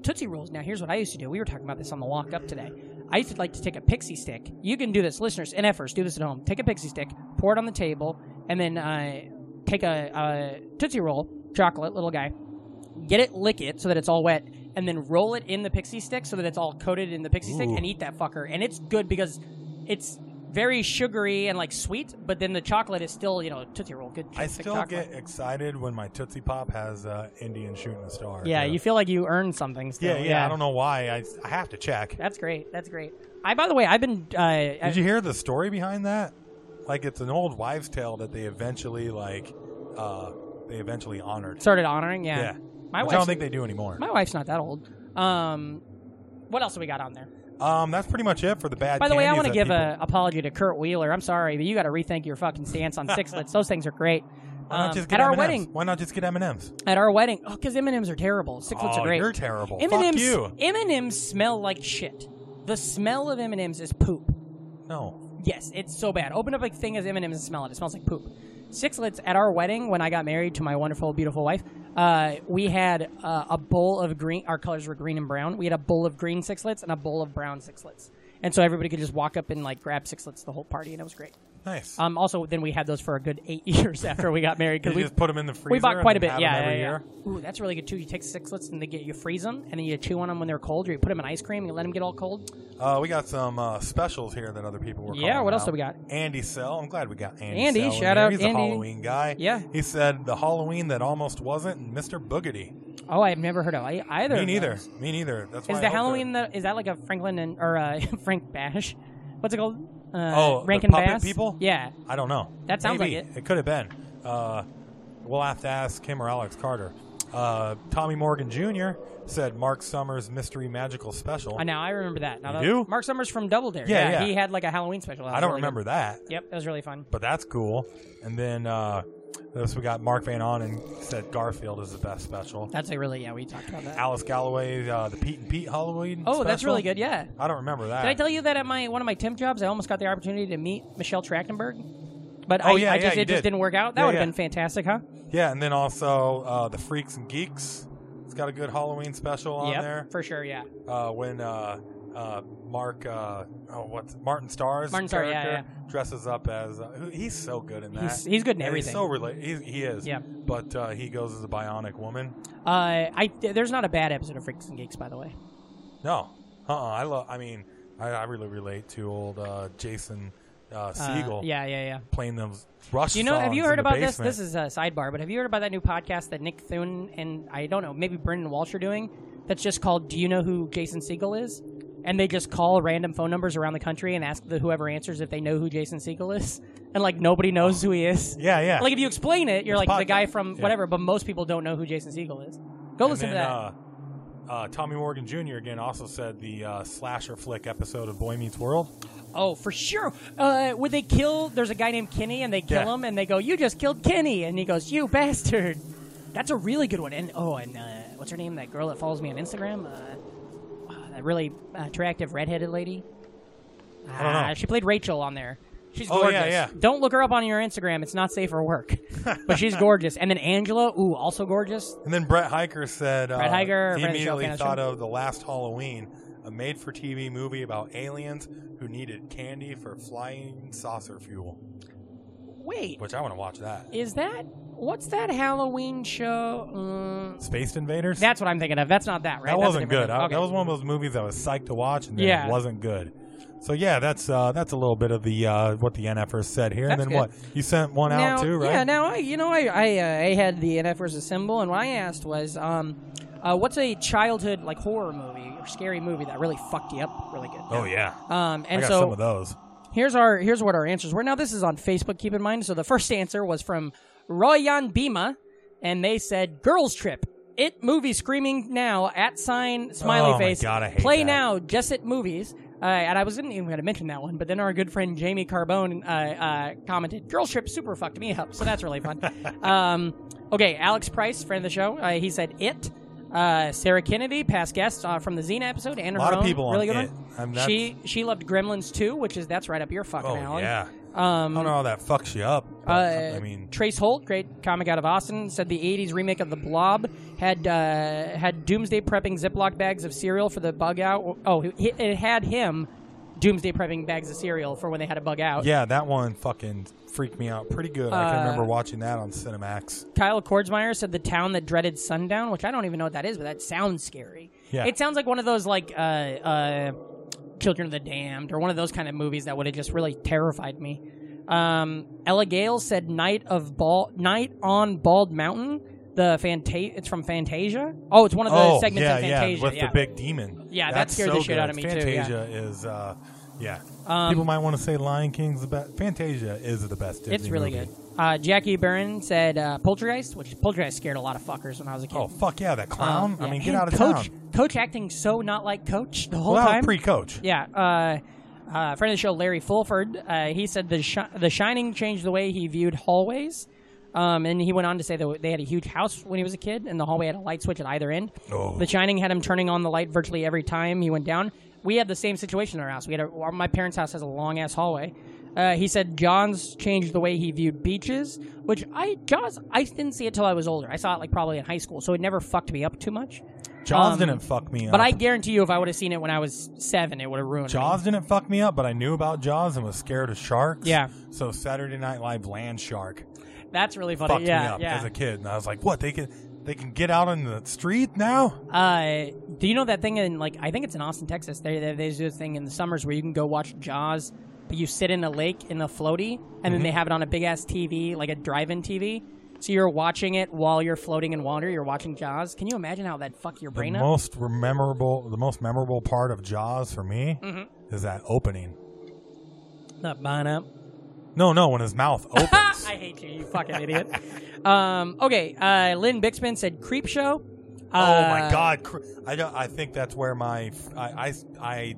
S5: Tootsie Rolls. Now, here's what I used to do. We were talking about this on the walk up today. I used to like to take a pixie stick. You can do this, listeners and efforts. Do this at home. Take a pixie stick, pour it on the table, and then uh, take a, a Tootsie Roll, chocolate little guy. Get it, lick it, so that it's all wet, and then roll it in the pixie stick so that it's all coated in the pixie stick,
S6: Ooh.
S5: and eat that fucker. And it's good because it's very sugary and like sweet, but then the chocolate is still you know Tootsie Roll. Good.
S6: I
S5: thick
S6: still
S5: chocolate.
S6: get excited when my Tootsie Pop has uh, Indian shooting a star.
S5: Yeah,
S6: too.
S5: you feel like you earned something. Still.
S6: yeah, yeah, I don't know why. I, I have to check.
S5: That's great. That's great. I, by the way, I've been. Uh, I-
S6: Did you hear the story behind that? Like it's an old wives' tale that they eventually like uh they eventually honored.
S5: started honoring. Yeah.
S6: yeah.
S5: My
S6: Which
S5: wife's,
S6: I don't think they do anymore.
S5: my wife's not that old. Um, what else have we got on there?
S6: um that's pretty much it for the bad
S5: By the way, I
S6: candies
S5: want to
S6: that
S5: give
S6: people-
S5: an apology to Kurt Wheeler. I'm sorry, but you got to rethink your fucking stance on sixlets. Those things are great.
S6: Why not
S5: Um,
S6: just
S5: at
S6: get
S5: our
S6: M&Ms?
S5: wedding,
S6: Why not just get M&Ms?
S5: at our wedding, oh, because M and M's are terrible. Sixlets
S6: oh,
S5: are great.
S6: you're terrible. Fuck
S5: M&Ms,
S6: you.
S5: M&Ms smell like shit. The smell of M&Ms is poop.
S6: No.
S5: Yes, it's so bad. Open up a thing as M&Ms and smell it. It smells like poop. Sixlets at our wedding when I got married to my wonderful, beautiful wife. Uh, we had uh, a bowl of green. Our colors were green and brown. We had a bowl of green sixlets and a bowl of brown sixlets, and so everybody could just walk up and like grab sixlets the whole party, and it was great.
S6: Nice.
S5: Um, also, then we had those for a good eight years after we got married
S6: Did
S5: because we
S6: you just put them in the freezer.
S5: we bought
S6: and
S5: quite a
S6: then
S5: bit.
S6: have
S5: Yeah,
S6: them every
S5: yeah,
S6: year?
S5: yeah. Ooh, that's really good too. You take sixlets and they get you freeze them, and then you chew on them when they're cold, or you put them in ice cream and you let them get all cold.
S6: Uh, we got some uh, specials here that other people were.
S5: Yeah,
S6: calling
S5: what else
S6: out.
S5: do we got?
S6: Andy Sell. I'm glad we got Andy.
S5: Andy,
S6: Sell in
S5: shout
S6: here.
S5: out
S6: He's
S5: Andy.
S6: a Halloween guy.
S5: Yeah.
S6: He said the Halloween that almost wasn't. and Mr. Boogedy.
S5: Oh, I've never heard of I- either.
S6: Me
S5: of
S6: neither.
S5: those.
S6: Me neither. That's why
S5: Is
S6: I
S5: the
S6: hope they're-
S5: Halloween the, is that like a Franklin and or uh, Frank Bash? What's it called? Uh,
S6: Oh, the
S5: Rankin
S6: puppet
S5: Bass?
S6: people?
S5: Yeah,
S6: I don't know.
S5: That sounds
S6: Maybe.
S5: like it.
S6: It could have been. Uh, we'll have to ask him or Alex Carter. Uh, Tommy Morgan Jr. said Mark Summers' Mystery Magical Special.
S5: I now I remember that. Now
S6: You
S5: that-
S6: do?
S5: Mark Summers from Double Dare.
S6: Yeah, yeah.
S5: he had like a Halloween special. That
S6: I
S5: was
S6: don't
S5: really
S6: remember that,
S5: Good. Yep, that was really fun.
S6: but that's cool. And then uh, this we got Mark Van Onen said Garfield is the best special.
S5: That's a really yeah. We talked about that.
S6: Alice Galloway, uh, the Pete and Pete Halloween.
S5: oh, that's
S6: special.
S5: really good. Yeah.
S6: I don't remember that.
S5: Did I tell you that at my one of my temp jobs, I almost got the opportunity to meet Michelle Trachtenberg, but I,
S6: Oh, yeah,
S5: I just
S6: yeah, you
S5: it just
S6: did.
S5: didn't work out. That
S6: Yeah,
S5: would have
S6: yeah.
S5: been fantastic, huh?
S6: Yeah, and then also uh, the Freaks and Geeks. It's got a good Halloween special on
S5: yep,
S6: there.
S5: for sure. Yeah.
S6: uh, when uh, uh, Mark, uh, oh, what's Martin Starr's
S5: Martin Starr, yeah,
S6: character dresses up as uh, who- he's so good in that.
S5: He's- he's good in
S6: And
S5: everything.
S6: so rela- he, he is.
S5: Yeah.
S6: But uh, he goes as a bionic woman.
S5: Uh, I there's not a bad episode of Freaks and Geeks, by the way.
S6: No, uh, uh I love. I mean, I, I really relate to old uh, Jason uh,
S5: Uh,
S6: Siegel
S5: yeah, yeah, yeah.
S6: playing those Rush.
S5: Do you know? Have you
S6: songs in
S5: heard
S6: the
S5: about
S6: basement.
S5: this? This is a sidebar, but have you heard about that new podcast that Nick Thune and I don't know, maybe Brendan Walsh are doing? That's just called "Do you know who Jason Siegel is?" And they just call random phone numbers around the country and ask the whoever answers if they know who Jason Siegel is, and like nobody knows who he is.
S6: Yeah, yeah.
S5: Like if you explain it, you're
S6: It's
S5: like the
S6: podcast.
S5: guy from
S6: Yeah.
S5: whatever, but most people don't know who Jason Siegel is. Go
S6: And
S5: listen to
S6: then,
S5: that.
S6: Uh, uh, Tommy Morgan Jr. again also said the uh, slasher flick episode of Boy Meets World.
S5: Oh, for sure. Uh, where they kill, there's a guy named Kenny, and they kill
S6: Yeah.
S5: him, and they go, "You just killed Kenny," and he goes, "You bastard." That's a really good one. And oh, and uh, what's her name? That girl that follows me on Instagram. Uh, uh, that really attractive redheaded lady. I
S6: don't know.
S5: She played Rachel on there. She's
S6: Oh,
S5: gorgeous.
S6: yeah, yeah.
S5: Don't look her up on your Instagram. It's not safe for work. but she's gorgeous. And then Angela, ooh, also gorgeous.
S6: And then Brett Hiker said
S5: Brett
S6: uh,
S5: Hiker,
S6: he
S5: friend of the show,
S6: immediately
S5: fan of the
S6: thought
S5: show.
S6: of The Last Halloween, a made for TV movie about aliens who needed candy for flying saucer fuel,
S5: Wait,
S6: which I want to watch that.
S5: is that what's that Halloween show? Mm,
S6: Space Invaders?
S5: That's what I'm thinking of. That's not that, right?
S6: that
S5: That's a
S6: wasn't
S5: different
S6: good.
S5: one.
S6: I,
S5: Okay.
S6: That was one of those movies I was psyched to watch, and then
S5: Yeah.
S6: it wasn't good. So yeah, that's uh, that's a little bit of the uh, what the NFers said here,
S5: That's
S6: and then
S5: good.
S6: what you sent one out
S5: now,
S6: too, right?
S5: Yeah. Now I, you know, I I, uh, I had the NF versus symbol, and what I asked was, um, uh, what's a childhood like horror movie or scary movie that really fucked you up really good?
S6: oh yeah,
S5: Um,
S6: I
S5: and
S6: got
S5: so
S6: some of those.
S5: here's our here's what our answers were. Now this is on Facebook. Keep in mind. So the first answer was from Royan Bima, and they said "Girls Trip." It movie screaming now at sign smiley
S6: Oh my
S5: face.
S6: God, I hate
S5: Play
S6: that.
S5: now just at movies. Uh, and I wasn't even going to mention that one, but then our good friend Jamie Carbone uh, uh, commented, "Girls Trip super fucked me up," so that's really fun. um, okay, Alex Price, friend of the show, uh, he said it. Uh, Sarah Kennedy, past guest uh, from the Xena episode, and
S6: A
S5: her
S6: lot of
S5: own
S6: people on
S5: really good
S6: it.
S5: one.
S6: I'm- that's-
S5: she she loved Gremlins too, which is that's right up your fucking
S6: Oh
S5: alley.
S6: yeah, I
S5: Um,
S6: don't know how that fucks you up. but,
S5: uh,
S6: I mean,
S5: Trace Holt, great comic out of Austin, said the '80s remake of The Blob had uh, had Doomsday prepping Ziploc bags of cereal for the bug out. Oh, he- it had him Doomsday prepping bags of cereal for when they had a bug out.
S6: yeah, that one fucking freaked me out pretty good. I
S5: uh,
S6: can remember watching that on Cinemax.
S5: Kyle Kordsmeyer said the town that dreaded sundown, which I don't even know what that is, but that sounds scary.
S6: Yeah.
S5: It sounds like one of those like uh, uh, Children of the Damned or one of those kind of movies that would have just really terrified me. Um, Ella Gale said Night of Bald Night on Bald Mountain. The Fanta- it's from Fantasia. Oh, it's one of the
S6: oh
S5: segments
S6: yeah,
S5: of
S6: yeah,
S5: Fantasia.
S6: with the big demon.
S5: Yeah, that
S6: That's
S5: scared
S6: so
S5: the shit
S6: good.
S5: out of me, too, yeah. Um,
S6: Fantasia is, uh, yeah. People might want to say Lion King's the best. Fantasia is the best. Disney
S5: it's really
S6: movie.
S5: good. Uh, Jackie Barron said uh, Poltergeist, which Poltergeist scared a lot of fuckers when I was a kid.
S6: Oh fuck yeah, that clown!
S5: Oh, Yeah,
S6: I mean, get
S5: and
S6: out of
S5: coach,
S6: town.
S5: Coach acting so not like Coach the whole
S6: Well,
S5: time.
S6: pre-coach.
S5: Yeah. Uh, uh, friend of the show, Larry Fulford, uh, he said the shi- the Shining changed the way he viewed hallways. Um, and he went on to say that they had a huge house when he was a kid, and the hallway had a light switch at either end.
S6: Oh.
S5: The Shining had him turning on the light virtually every time he went down. We had the same situation in our house. We had a, my parents' house has a long ass hallway. Uh, he said John's changed the way he viewed beaches, which I Jaws I didn't see it till I was older. I saw it like probably in high school, so it never fucked me up too much.
S6: Jaws
S5: Um,
S6: didn't fuck me up.
S5: But I guarantee you, if I would have seen it when I was seven, it would have ruined me.
S6: Jaws didn't fuck me up, but I knew about Jaws and was scared of sharks.
S5: Yeah.
S6: So Saturday Night Live Land Shark
S5: That's really funny.
S6: fucked
S5: Uh, yeah,
S6: me up
S5: yeah.
S6: as a kid, and I was like, "What? They can they can get out on the street now?"
S5: Uh, do you know that thing in like I think it's in Austin, Texas? They they, they do this thing in the summers where you can go watch Jaws, but you sit in a lake in a floaty, and then
S6: Mm-hmm.
S5: they have it on a big ass TV, like a drive-in TV. So you're watching it while you're floating in water. You're watching Jaws. Can you imagine how that fuck your
S6: The
S5: brain up?
S6: most memorable, the most memorable part of Jaws for me
S5: Mm-hmm.
S6: is that opening.
S5: Not mine up.
S6: No, no, when his mouth opens.
S5: I hate you, you fucking idiot. um, okay, uh, Lynn Bixman said creep show.
S6: oh
S5: Uh,
S6: my god! cr- I don't. I think that's where my f- I I, I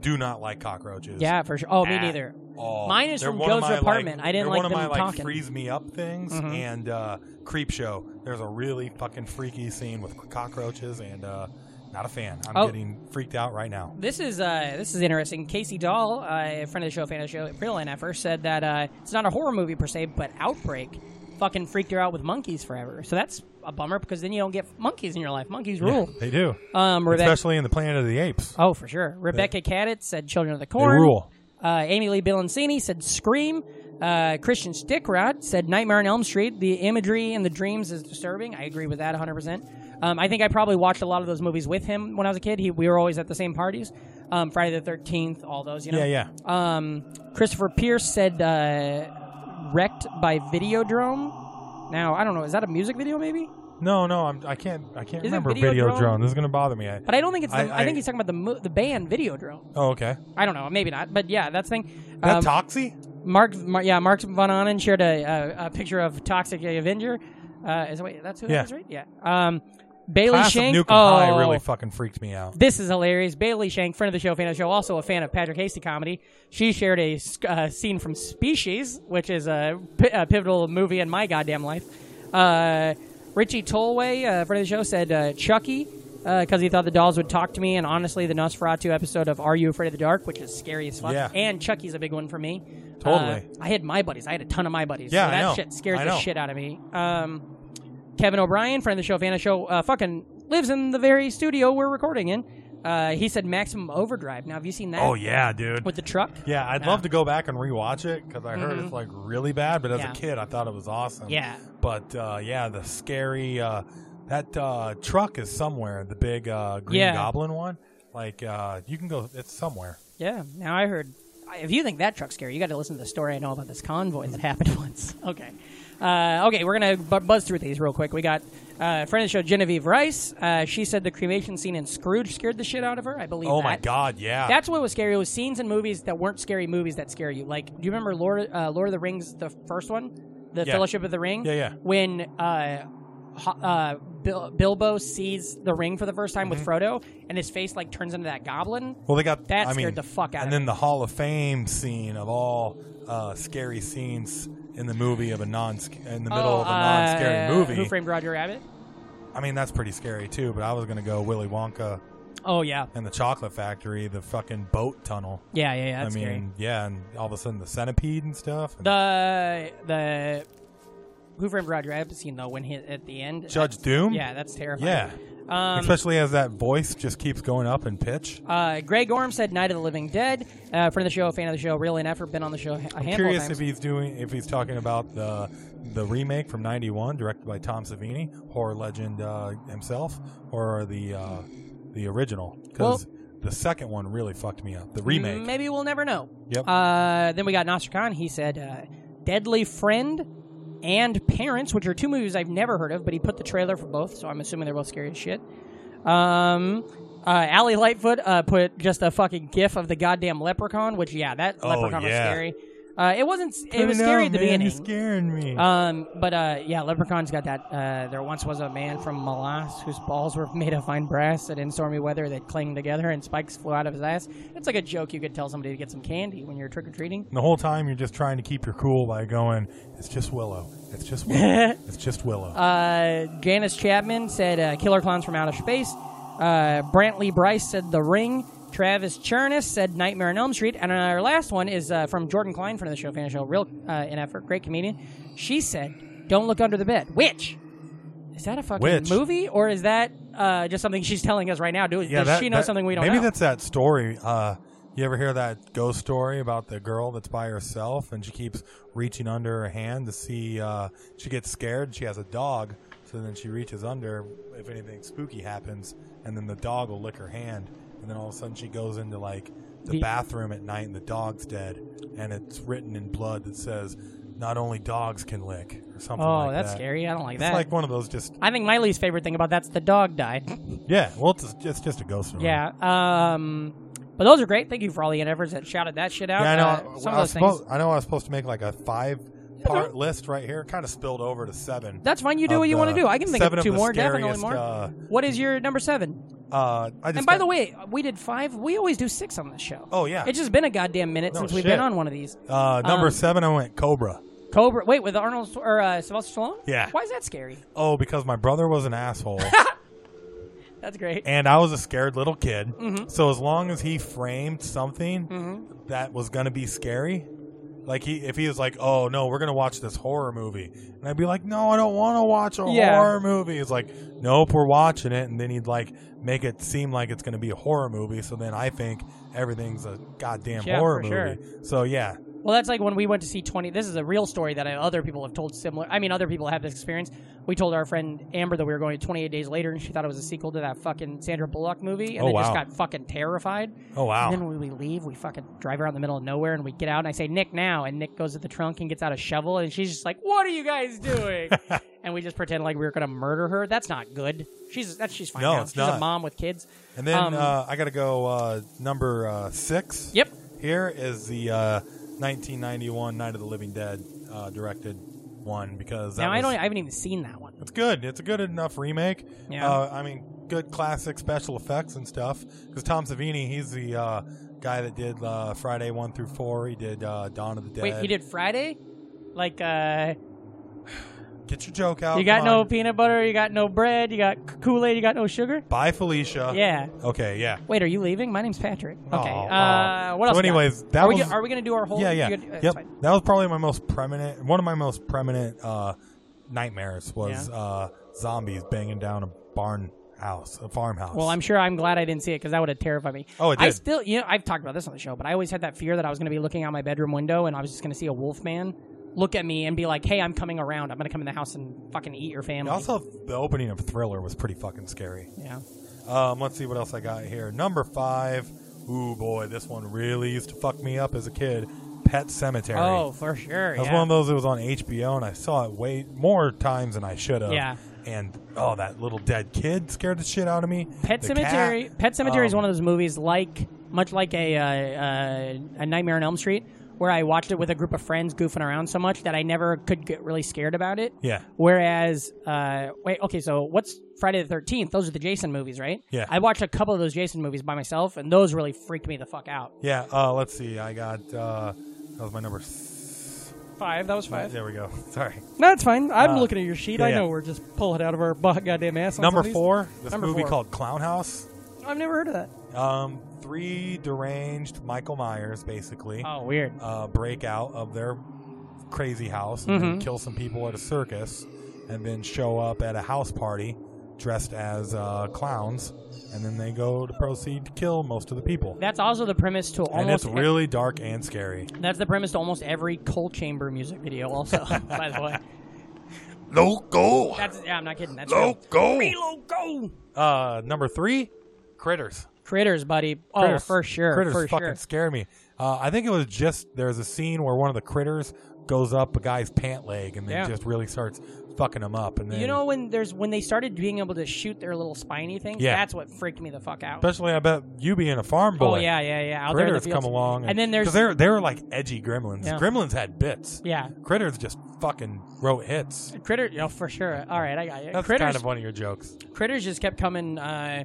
S6: do not like cockroaches.
S5: Yeah, for sure. Oh, me
S6: at
S5: neither.
S6: all.
S5: Mine is
S6: They're
S5: from
S6: one of
S5: Joe's
S6: my,
S5: apartment. I didn't
S6: they're
S5: like
S6: one of
S5: them
S6: my,
S5: talking. Mm-hmm.
S6: Like, freeze me up things and uh, creep show. There's a really fucking freaky scene with cockroaches and uh, not a fan. I'm
S5: Oh.
S6: getting freaked out right now.
S5: This is uh, this is interesting. Casey Dahl, uh, a friend of the show, fan of the show, real NFer, said that uh, it's not a horror movie per se, but Outbreak fucking freaked her out with monkeys forever. So that's a bummer because then you don't get monkeys in your life. Monkeys rule.
S6: they do,
S5: Um, Rebecca.
S6: especially in the Planet of the Apes.
S5: Oh, for sure. Rebecca Caddett said "Children of the Corn."
S6: rule.
S5: Uh, Amy Lee Bilancini said "Scream." Uh, Christian Stickrod said "Nightmare on Elm Street." The imagery and the dreams is disturbing. I agree with that 100. percent um, I think I probably watched a lot of those movies with him when I was a kid. He, we were always at the same parties. Um, Friday the 13th, all those, you know.
S6: Yeah, yeah.
S5: Um, Christopher Pierce said uh, "Wrecked by Videodrome." Now I don't know. Is that a music video? Maybe.
S6: No, no, I'm, I can't. I can't
S5: Is it
S6: remember
S5: Videodrome?
S6: Videodrome. This is gonna bother me. I,
S5: But I don't think it's. The, I,
S6: I- I-
S5: think he's talking about the mo- the band Videodrome.
S6: oh, okay.
S5: I don't know. Maybe not. But yeah, that's the thing.
S6: That
S5: Um,
S6: Toxie?
S5: Mark, Mar- yeah, Mark Von Onen shared a, a, a picture of Toxic Avenger. Uh, is wait, that's who
S6: Yeah.
S5: that is, right? Yeah. Um, Bailey
S6: Class of
S5: Shank.
S6: Nukem
S5: oh,
S6: High really fucking freaked me out.
S5: this is hilarious. Bailey Shank, friend of the show, fan of the show, also a fan of Patrick Hasty comedy. She shared a uh, scene from Species, which is a, p- a pivotal movie in my goddamn life. Uh, Richie Tolway, uh, friend of the show, said uh, Chucky because he thought the dolls would talk to me, and honestly, the Nosferatu episode of Are You Afraid of the Dark, which is scary as fuck,
S6: Yeah.
S5: and Chucky's a big one for me.
S6: Totally.
S5: Uh, I had my buddies. I had a ton of my buddies.
S6: Yeah,
S5: so
S6: I
S5: that
S6: know.
S5: shit scares
S6: I
S5: the
S6: know.
S5: shit out of me. Um, Kevin O'Brien, friend of the show, fan of the show, uh, fucking lives in the very studio we're recording in. Uh, he said Maximum Overdrive. Now, have you seen that?
S6: Oh yeah, dude.
S5: With the truck?
S6: Yeah, I'd love to go back and rewatch it because I heard it's like really bad. But as
S5: Yeah.
S6: a kid, I thought it was awesome.
S5: Yeah.
S6: But uh, yeah, the scary uh, that uh, truck is somewhere. The big uh, green
S5: Yeah.
S6: goblin one. Like uh, you can go. It's somewhere.
S5: Yeah. Now, I heard. If you think that truck's scary, you got to listen to the story I know about this convoy that happened once. Okay. Uh, okay, we're going to bu- buzz through these real quick. We got uh, friend of the show, Genevieve Rice. Uh, she said the cremation scene in Scrooge scared the shit out of her. I believe
S6: Oh
S5: that.
S6: my god, yeah.
S5: That's what was scary. It was scenes in movies that weren't scary movies that scare you. Like, do you remember Lord uh, Lord of the Rings, the first one, the
S6: Yeah.
S5: Fellowship of the Ring?
S6: Yeah, yeah.
S5: When uh, Ho- uh, Bil- Bilbo sees the ring for the first time with
S6: Mm-hmm.
S5: Frodo, and his face like turns into that goblin.
S6: well, they got
S5: that
S6: I mean,
S5: scared the fuck out
S6: And
S5: of
S6: then the Hall of Fame scene of all uh, scary scenes in the movie of a non in the middle of a non-scary
S5: uh,
S6: movie.
S5: Who framed Roger Rabbit?
S6: I mean, that's pretty scary too. But I was gonna go Willy Wonka
S5: Oh yeah,
S6: and the Chocolate Factory, the fucking boat tunnel.
S5: yeah, yeah, yeah. That's
S6: I mean,
S5: scary.
S6: yeah, and all of a sudden the centipede and stuff. and
S5: The the Who Framed Roger Rabbit scene though, when he at the end,
S6: Judge Doom.
S5: yeah, Um, that's terrifying.
S6: yeah. Especially as that voice just keeps going up in pitch.
S5: Uh, Greg Orm said Night of the Living Dead. Uh, friend of the show, fan of the show, real and effort, been on the show a handful
S6: I'm
S5: of
S6: curious
S5: times.
S6: if he's doing if he's talking about the the remake from '91, directed by Tom Savini, horror legend uh, himself, or the uh, the original because the second one really fucked me up. The remake.
S5: Maybe we'll never know.
S6: Yep.
S5: Uh, then we got Nasr Khan. He said uh, Deadly Friend and Parents, which are two movies I've never heard of, but he put the trailer for both, so I'm assuming they're both scary as shit. Um, uh, Allie Lightfoot uh, put just a fucking gif of the goddamn leprechaun, which, yeah, that
S6: Oh,
S5: leprechaun was
S6: yeah.
S5: scary. Uh, it wasn't. It
S6: I
S5: was
S6: don't
S5: scary
S6: know,
S5: at the
S6: man,
S5: beginning.
S6: You're scaring me.
S5: Um, but uh, yeah, Leprechaun's got that. Uh, there once was a man from Molas whose balls were made of fine brass, and in stormy weather they cling together, and spikes flew out of his ass. It's like a joke you could tell somebody to get some candy when you're trick or treating.
S6: And the whole time you're just trying to keep your cool by going, "It's just Willow. It's just Willow. it's just Willow."
S5: Uh, Janice Chapman said uh, Killer Clowns from Outer Space. Uh, Brantley Bryce said The Ring. Travis Chernus said Nightmare on Elm Street. And our last one is uh, from Jordan Klein, friend of the show, fan of the show, real uh, in effort, great comedian. She said, Don't look under the bed, which. Is that a fucking
S6: Which?
S5: movie, or is that uh, just something she's telling us right now? Do, does
S6: that-
S5: she know
S6: that-
S5: something we don't
S6: maybe
S5: know?
S6: that's that story. Uh, you ever hear that ghost story about the girl that's by herself and she keeps reaching under her hand to see? Uh, she gets scared. She has a dog, so then she reaches under if anything spooky happens, and then the dog will lick her hand, and then all of a sudden she goes into like the
S5: The-
S6: bathroom at night and the dog's dead, and it's written in blood that says, "Not only dogs can lick," or something.
S5: oh,
S6: like
S5: that's
S6: that.
S5: scary. I don't like
S6: It's
S5: that.
S6: like one of those just
S5: I think my least favorite thing about that's the dog died.
S6: yeah. Well, it's, it's just a ghost story.
S5: Yeah. Um, but those are great. Thank you for all the efforts that shouted that shit out.
S6: Yeah, I know.
S5: Uh,
S6: I-
S5: some
S6: I,
S5: of
S6: was
S5: those things.
S6: supposed, I know. I was supposed to make like a five part list right here. Kind of spilled over to seven.
S5: That's fine. You do
S6: of
S5: what you want to
S6: the-
S5: do. I can think
S6: seven
S5: of two
S6: the
S5: more. Definitely
S6: scariest,
S5: more.
S6: Uh,
S5: what is your number seven?
S6: uh, I just
S5: And by
S6: got-
S5: the way, we did five. We always do six on this show.
S6: Oh, yeah.
S5: It's just been a goddamn minute
S6: No
S5: since we've
S6: shit.
S5: been on one of these.
S6: uh, number
S5: um,
S6: seven, I went Cobra.
S5: Cobra. Wait, with Arnold Schwar- or uh, Sylvester Stallone?
S6: Yeah.
S5: Why is that scary?
S6: Oh, because my brother was an asshole,
S5: That's great.
S6: and I was a scared little kid.
S5: Mm-hmm.
S6: So as long as he framed something that was going to be scary. Like he, if he was like, "Oh no, we're gonna watch this horror movie," and I'd be like, "No, I don't want to watch a
S5: Yeah.
S6: horror movie." It's like, "Nope, we're watching it," and then he'd like make it seem like it's gonna be a horror movie. So then I think everything's a goddamn
S5: Yeah,
S6: horror
S5: for
S6: movie. So yeah,
S5: Well, that's like when we went to see 20. This is a real story that I, other people have told similar. I mean, other people have this experience. We told our friend Amber that we were going to 28 Days Later, and she thought it was a sequel to that fucking Sandra Bullock movie, and
S6: Oh,
S5: then just
S6: wow.
S5: got fucking terrified.
S6: oh wow,
S5: And then when we leave, we fucking drive around the middle of nowhere, and we get out, and I say, Nick, now. And Nick goes to the trunk and gets out a shovel, and she's just like, What are you guys doing? and we just pretend like we were going to murder her. That's not good. She's that, she's fine
S6: No,
S5: now.
S6: it's
S5: she's a
S6: not.
S5: mom with kids.
S6: And then
S5: Um,
S6: uh, I got to go uh, number uh, six.
S5: Yep.
S6: Here is the uh, 1991 Night of the Living Dead, uh, directed one because that
S5: Now I
S6: was-
S5: don't. I haven't even seen that one.
S6: It's good. It's a good enough remake.
S5: Yeah.
S6: Uh, I mean, good classic special effects and stuff. Because Tom Savini, he's the uh, guy that did uh, Friday one through four. He did uh, Dawn of the Dead.
S5: Wait, he did Friday. Like uh,
S6: Get your joke out.
S5: you got
S6: come
S5: no
S6: on.
S5: peanut butter, you got no bread, you got Kool Aid, you got no sugar.
S6: Bye, Felicia.
S5: yeah.
S6: Okay. Yeah.
S5: Wait, are you leaving? My name's Patrick. Okay.
S6: Uh. Aw,
S5: uh,
S6: aw.
S5: what else?
S6: So
S5: we got?
S6: anyways, that
S5: are
S6: was-
S5: we, go- are we going to do our whole?
S6: yeah, yeah,
S5: you good? Uh, it's
S6: yep.
S5: fine.
S6: That was probably my most prominent, one of my most prominent uh, nightmares was
S5: Yeah.
S6: uh, zombies banging down a barn house, a farmhouse.
S5: Well, I'm sure I'm glad I didn't see it because that would have terrified me.
S6: Oh, it
S5: I
S6: did.
S5: still, you know, I've talked about this on the show, but I always had that fear that I was going to be looking out my bedroom window and I was just going to see a wolf man look at me and be like, "Hey, I'm coming around. I'm going to come in the house and fucking eat your family."
S6: also the opening of Thriller was pretty fucking scary.
S5: yeah.
S6: Um, let's see what else I got here. Number five. Ooh boy, this one really used to fuck me up as a kid. Pet Cemetery.
S5: Oh, for sure.
S6: That was
S5: yeah.
S6: one of those that was on HBO, and I saw it way more times than I should have.
S5: Yeah.
S6: And oh, that little dead kid scared the shit out of me.
S5: Pet
S6: The
S5: Cemetery.
S6: cat.
S5: Pet Cemetery is
S6: Um,
S5: one of those movies, like much like a uh, uh, a Nightmare on Elm Street, where I watched it with a group of friends goofing around so much that I never could get really scared about it.
S6: Yeah.
S5: Whereas, uh, wait, okay, so what's Friday the Thirteenth? Those are the Jason movies, right?
S6: Yeah.
S5: I watched a couple of those Jason movies by myself, and those really freaked me the fuck out.
S6: Yeah. Uh, let's see. I got uh, that was my number. s-
S5: Five. That was five.
S6: There we go. Sorry.
S5: No, it's fine. I'm looking at your sheet.
S6: yeah,
S5: I
S6: Uh, yeah.
S5: know we're just pulling it out of our bu- goddamn ass. on some
S6: Number
S5: of these.
S6: four. This
S5: Number
S6: movie
S5: four.
S6: called Clown House.
S5: I've never heard of that.
S6: Um, three deranged Michael Myers basically
S5: Oh, weird.
S6: uh, break out of their crazy house and
S5: Mm-hmm.
S6: then kill some people at a circus, and then show up at a house party dressed as uh, clowns, and then they go to proceed to kill most of the people.
S5: That's also the premise to
S6: and it's
S5: almost e-
S6: really dark and scary.
S5: That's the premise to almost every Cold Chamber music video, also, by the way.
S6: Loco.
S5: That's, yeah, I'm not kidding. That's true.
S6: Loco.
S5: Loco!
S6: Uh, number three, critters.
S5: Critters, buddy.
S6: Critters.
S5: Oh, for sure.
S6: Critters
S5: for
S6: fucking
S5: sure.
S6: scare me. Uh, I think it was just there's a scene where one of the critters goes up a guy's pant leg and then
S5: Yeah.
S6: just really starts fucking him up. And then
S5: You know when there's when they started being able to shoot their little spiny things?
S6: Yeah.
S5: That's what freaked me the fuck out.
S6: especially I bet you being a farm
S5: oh
S6: boy.
S5: yeah, yeah, yeah. Out there in the
S6: critters come
S5: fields.
S6: along,
S5: and, then there's
S6: because they're they were like edgy gremlins.
S5: Yeah.
S6: Gremlins had bits.
S5: yeah,
S6: Critters just fucking wrote hits.
S5: critter. You know, for sure. All right, I got you.
S6: That's
S5: critters,
S6: kind of one of your jokes.
S5: critters just kept coming. Uh,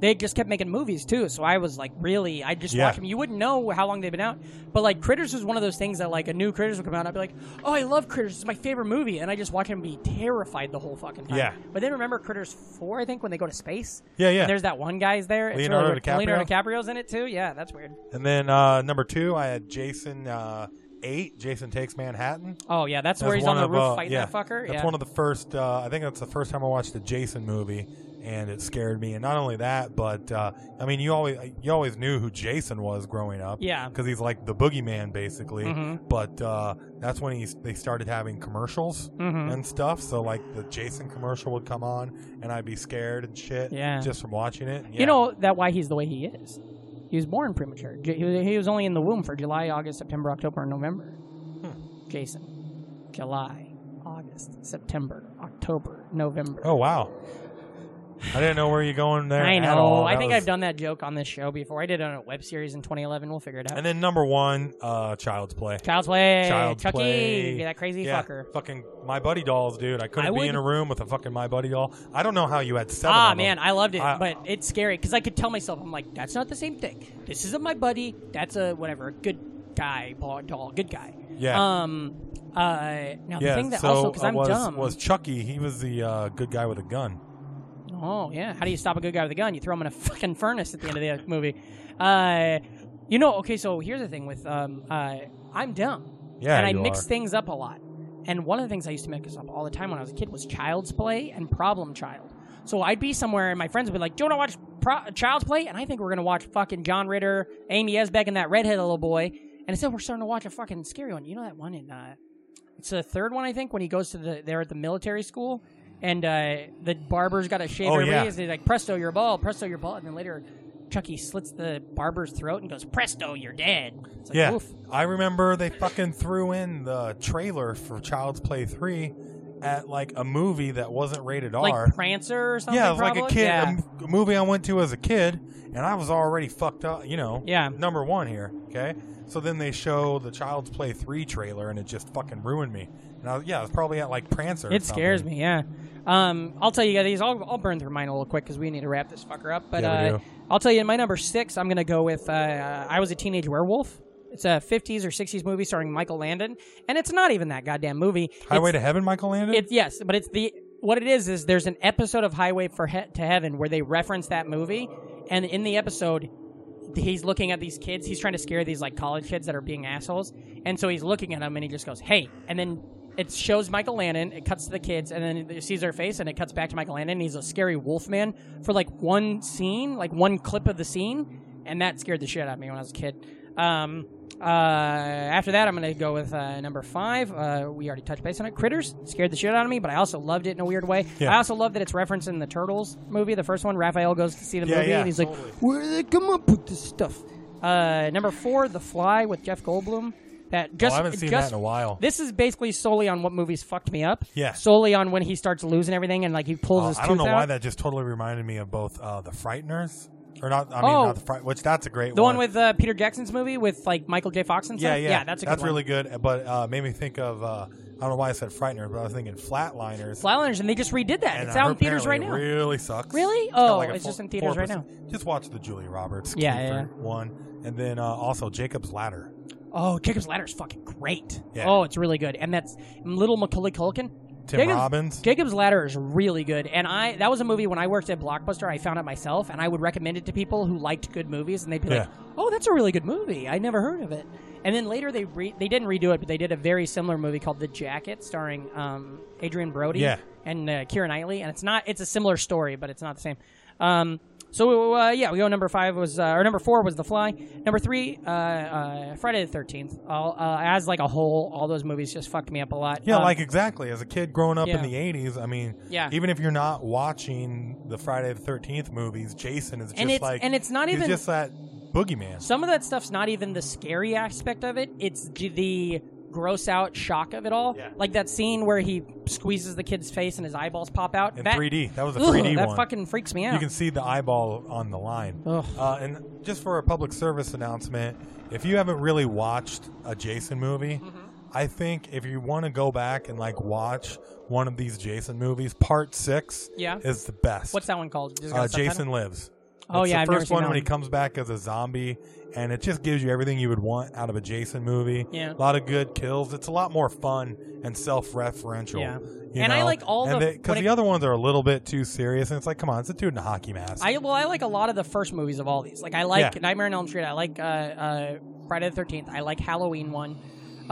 S5: they just kept making movies too, so I was like, really, I just
S6: Yeah.
S5: watched them. You wouldn't know how long they've been out, but like Critters was one of those things that like a new Critters would come out, and I'd be like, oh, I love Critters, it's my favorite movie, and I just watch him be terrified the whole fucking time.
S6: Yeah.
S5: But then remember Critters Four, I think, when they go to space.
S6: Yeah, yeah.
S5: And there's that one guy's there. It's
S6: Leonardo
S5: really weird. Leonardo
S6: DiCaprio?
S5: DiCaprio's in it too. Yeah, that's weird.
S6: And then uh, number two, I had Jason uh, eight. Jason takes Manhattan.
S5: Oh yeah, that's,
S6: That's
S5: where he's on
S6: one
S5: the
S6: of,
S5: roof
S6: uh,
S5: fighting
S6: yeah,
S5: that fucker.
S6: That's
S5: yeah.
S6: one of the first. Uh, I think that's the first time I watched a Jason movie, and it scared me. And not only that, but uh, I mean, you always you always knew who Jason was growing up.
S5: Yeah. Mm-hmm.
S6: because he's like the boogeyman basically. But uh, that's when he they started having commercials
S5: Mm-hmm.
S6: and stuff. So like the Jason commercial would come on, and I'd be scared and shit.
S5: Yeah.
S6: just from watching it. Yeah.
S5: You know that why he's the way he is. He was born premature. J- he was- he was only in the womb for July, August, September, October, and November.
S6: Hmm.
S5: Jason, July, August, September, October, November.
S6: Oh wow. I didn't know where you're going there.
S5: I
S6: at
S5: know.
S6: all.
S5: I
S6: That
S5: think
S6: was-
S5: I've done that joke on this show before. I did it on a web series in 2011. We'll figure it out.
S6: And then number one, uh, Child's Play.
S5: Child's play.
S6: Child's
S5: Chucky,
S6: Play.
S5: that crazy
S6: Yeah,
S5: fucker.
S6: Fucking My Buddy dolls, dude. I
S5: I
S6: couldn't be
S5: would-
S6: in a room with a fucking My Buddy doll. I don't know how you had seven.
S5: Ah
S6: of them.
S5: man, I loved it,
S6: I-
S5: but it's scary because I could tell myself I'm like, that's not the same thing. This isn't my buddy. That's a whatever, good guy, ball- doll, good guy.
S6: Yeah.
S5: Um. Uh. Now the
S6: yeah,
S5: thing that
S6: so
S5: also because
S6: uh,
S5: I'm
S6: was,
S5: dumb.
S6: was Chucky. He was the uh, good guy with a gun.
S5: oh yeah. How do you stop a good guy with a gun? You throw him in a fucking furnace at the end of the movie. Uh. You know. Okay. So here's the thing with um. Uh. I'm dumb.
S6: Yeah,
S5: And I
S6: you
S5: mix
S6: are.
S5: things up a lot. And one of the things I used to mix up all the time when I was a kid was Child's Play and Problem Child. So I'd be somewhere and my friends would be like, "Do you want to watch Pro- Child's Play?" And I think we're gonna watch fucking John Ritter, Amy Esbeck, and that redhead little boy. And instead, we're starting to watch a fucking scary one. You know that one in uh, it's the third one I think when he goes to the they're at the military school and uh, the barber's got to shave
S6: Oh,
S5: everybody.
S6: yeah.
S5: And he's like, "Presto, your ball. Presto, your ball." And then later, Chucky slits the barber's throat and goes, "Presto, you're dead." It's like,
S6: yeah.
S5: Oof.
S6: I remember they fucking threw in the trailer for Child's Play 3 at like a movie that wasn't rated R.
S5: like Prancer or something.
S6: yeah, it was like a
S5: probably?
S6: kid,
S5: Yeah.
S6: a m- a movie I went to as a kid, and I was already fucked up. You know,
S5: Yeah.
S6: number one here. Okay, so then they show the Child's Play three trailer, and it just fucking ruined me. And I was, yeah, I was probably at like Prancer. or
S5: It scares
S6: something.
S5: me, yeah. Um, I'll tell you guys, these- I'll, I'll burn through mine a little quick because we need to wrap this fucker up. But
S6: Yeah, we
S5: uh,
S6: do.
S5: I'll tell you, in my number six, I'm going to go with uh, I Was a Teenage Werewolf. It's a 50s or 60s movie starring Michael Landon, and it's not even that goddamn movie.
S6: Highway to Heaven, Michael Landon.
S5: It's, it's yes, but it's the what it is is there's an episode of Highway for he- to Heaven where they reference that movie, and in the episode, he's looking at these kids. He's trying to scare these like college kids that are being assholes, and so he's looking at them, and he just goes, "Hey!" And then it shows Michael Landon. It cuts to the kids, and then it sees their face, and it cuts back to Michael Landon. And he's a scary wolf man for like one scene, like one clip of the scene, and that scared the shit out of me when I was a kid. Um, uh, after that, I'm going to go with uh, number five. Uh, we already touched base on it. Critters scared the shit out of me, but I also loved it in a weird way.
S6: Yeah.
S5: I also love that it's referencing the Turtles movie, the first one. Raphael goes to see the
S6: Yeah,
S5: movie,
S6: yeah,
S5: and he's like, "Where did they come up with this stuff?" Uh, number four, The Fly with Jeff Goldblum. That just
S6: Oh, I haven't seen
S5: just-
S6: that in a while.
S5: This is basically solely on what movies fucked me up.
S6: Yeah.
S5: Solely on when he starts losing everything and like he pulls
S6: Uh,
S5: his.
S6: I don't
S5: tooth
S6: know why
S5: out.
S6: that just totally reminded me of both uh, the Frighteners, or not. I mean,
S5: Oh.
S6: not the Fright, which that's a great
S5: The
S6: one.
S5: one with uh, Peter Jackson's movie with like Michael J. Fox and stuff.
S6: yeah, yeah,
S5: that's a good
S6: that's
S5: one.
S6: really good. But uh, made me think of uh, I don't know why I said Frightener, but I was thinking Flatliners.
S5: Flatliners, and they just redid that.
S6: And uh,
S5: it's out in
S6: apparently
S5: theaters right
S6: it
S5: now.
S6: Really sucks.
S5: Really?
S6: got
S5: Oh,
S6: a
S5: it's
S6: four-
S5: just in theaters right
S6: 4%. Just watch the Julia Roberts.
S5: Yeah,
S6: Kiefer
S5: yeah,
S6: One, and then uh, also Jacob's Ladder.
S5: oh, Jacob's Ladder is fucking great.
S6: Yeah.
S5: Oh, it's really good, and that's little Macaulay Culkin.
S6: Tim
S5: Jacob's,
S6: Robbins.
S5: Jacob's Ladder is really good, and I that was a movie when I worked at Blockbuster. I found it myself, and I would recommend it to people who liked good movies, and they'd be like,
S6: Yeah.
S5: "Oh, that's a really good movie. I never heard of it." And then later they re- they didn't redo it, but they did a very similar movie called The Jacket, starring um, Adrian Brody
S6: Yeah.
S5: and uh, Kira Knightley, and it's not it's a similar story, but it's not the same. Um, so uh, yeah, we go number five was uh, or number four was The Fly. Number three, uh, uh, Friday the Thirteenth. Uh, as like a whole, all those movies just fucked me up a lot.
S6: Yeah,
S5: Um,
S6: like exactly. As a kid growing up
S5: yeah.
S6: in the '80s, I mean,
S5: Yeah.
S6: even if you're not watching the Friday the Thirteenth movies, Jason is just
S5: it's-
S6: like,
S5: and it's not
S6: he's
S5: even-
S6: just that boogeyman.
S5: some of that stuff's not even the scary aspect of it it's g- the gross out shock of it all like that scene where he squeezes the kid's face and his eyeballs pop out
S6: In
S5: that,
S6: 3D, that was a
S5: Ugh,
S6: 3D
S5: that
S6: one.
S5: fucking freaks me out
S6: You can see the eyeball on the line.
S5: Ugh.
S6: Uh, and just for a public service announcement, if you haven't really watched a Jason movie,
S5: Mm-hmm.
S6: I think if you want to go back and like watch one of these Jason movies, Part Six,
S5: Yeah.
S6: is the best.
S5: what's that one called Just got a
S6: Uh,
S5: subtitle?
S6: Jason Lives.
S5: Oh,
S6: It's
S5: yeah,
S6: the
S5: I've never
S6: first
S5: seen
S6: one
S5: that
S6: when he
S5: one.
S6: comes back as a zombie, and it just gives you everything you would want out of a Jason movie.
S5: Yeah.
S6: a lot of good kills. It's a lot more fun and self-referential.
S5: Yeah.
S6: you
S5: And I
S6: know?
S5: like all
S6: And
S5: the-
S6: they-
S5: when
S6: because
S5: it-
S6: the other ones are a little bit too serious, and it's like, come on, it's a dude in a hockey mask.
S5: I well, I like a lot of the first movies of all these. Like I like
S6: Yeah.
S5: Nightmare on Elm Street. I like uh, uh, Friday the Thirteenth. I like Halloween one.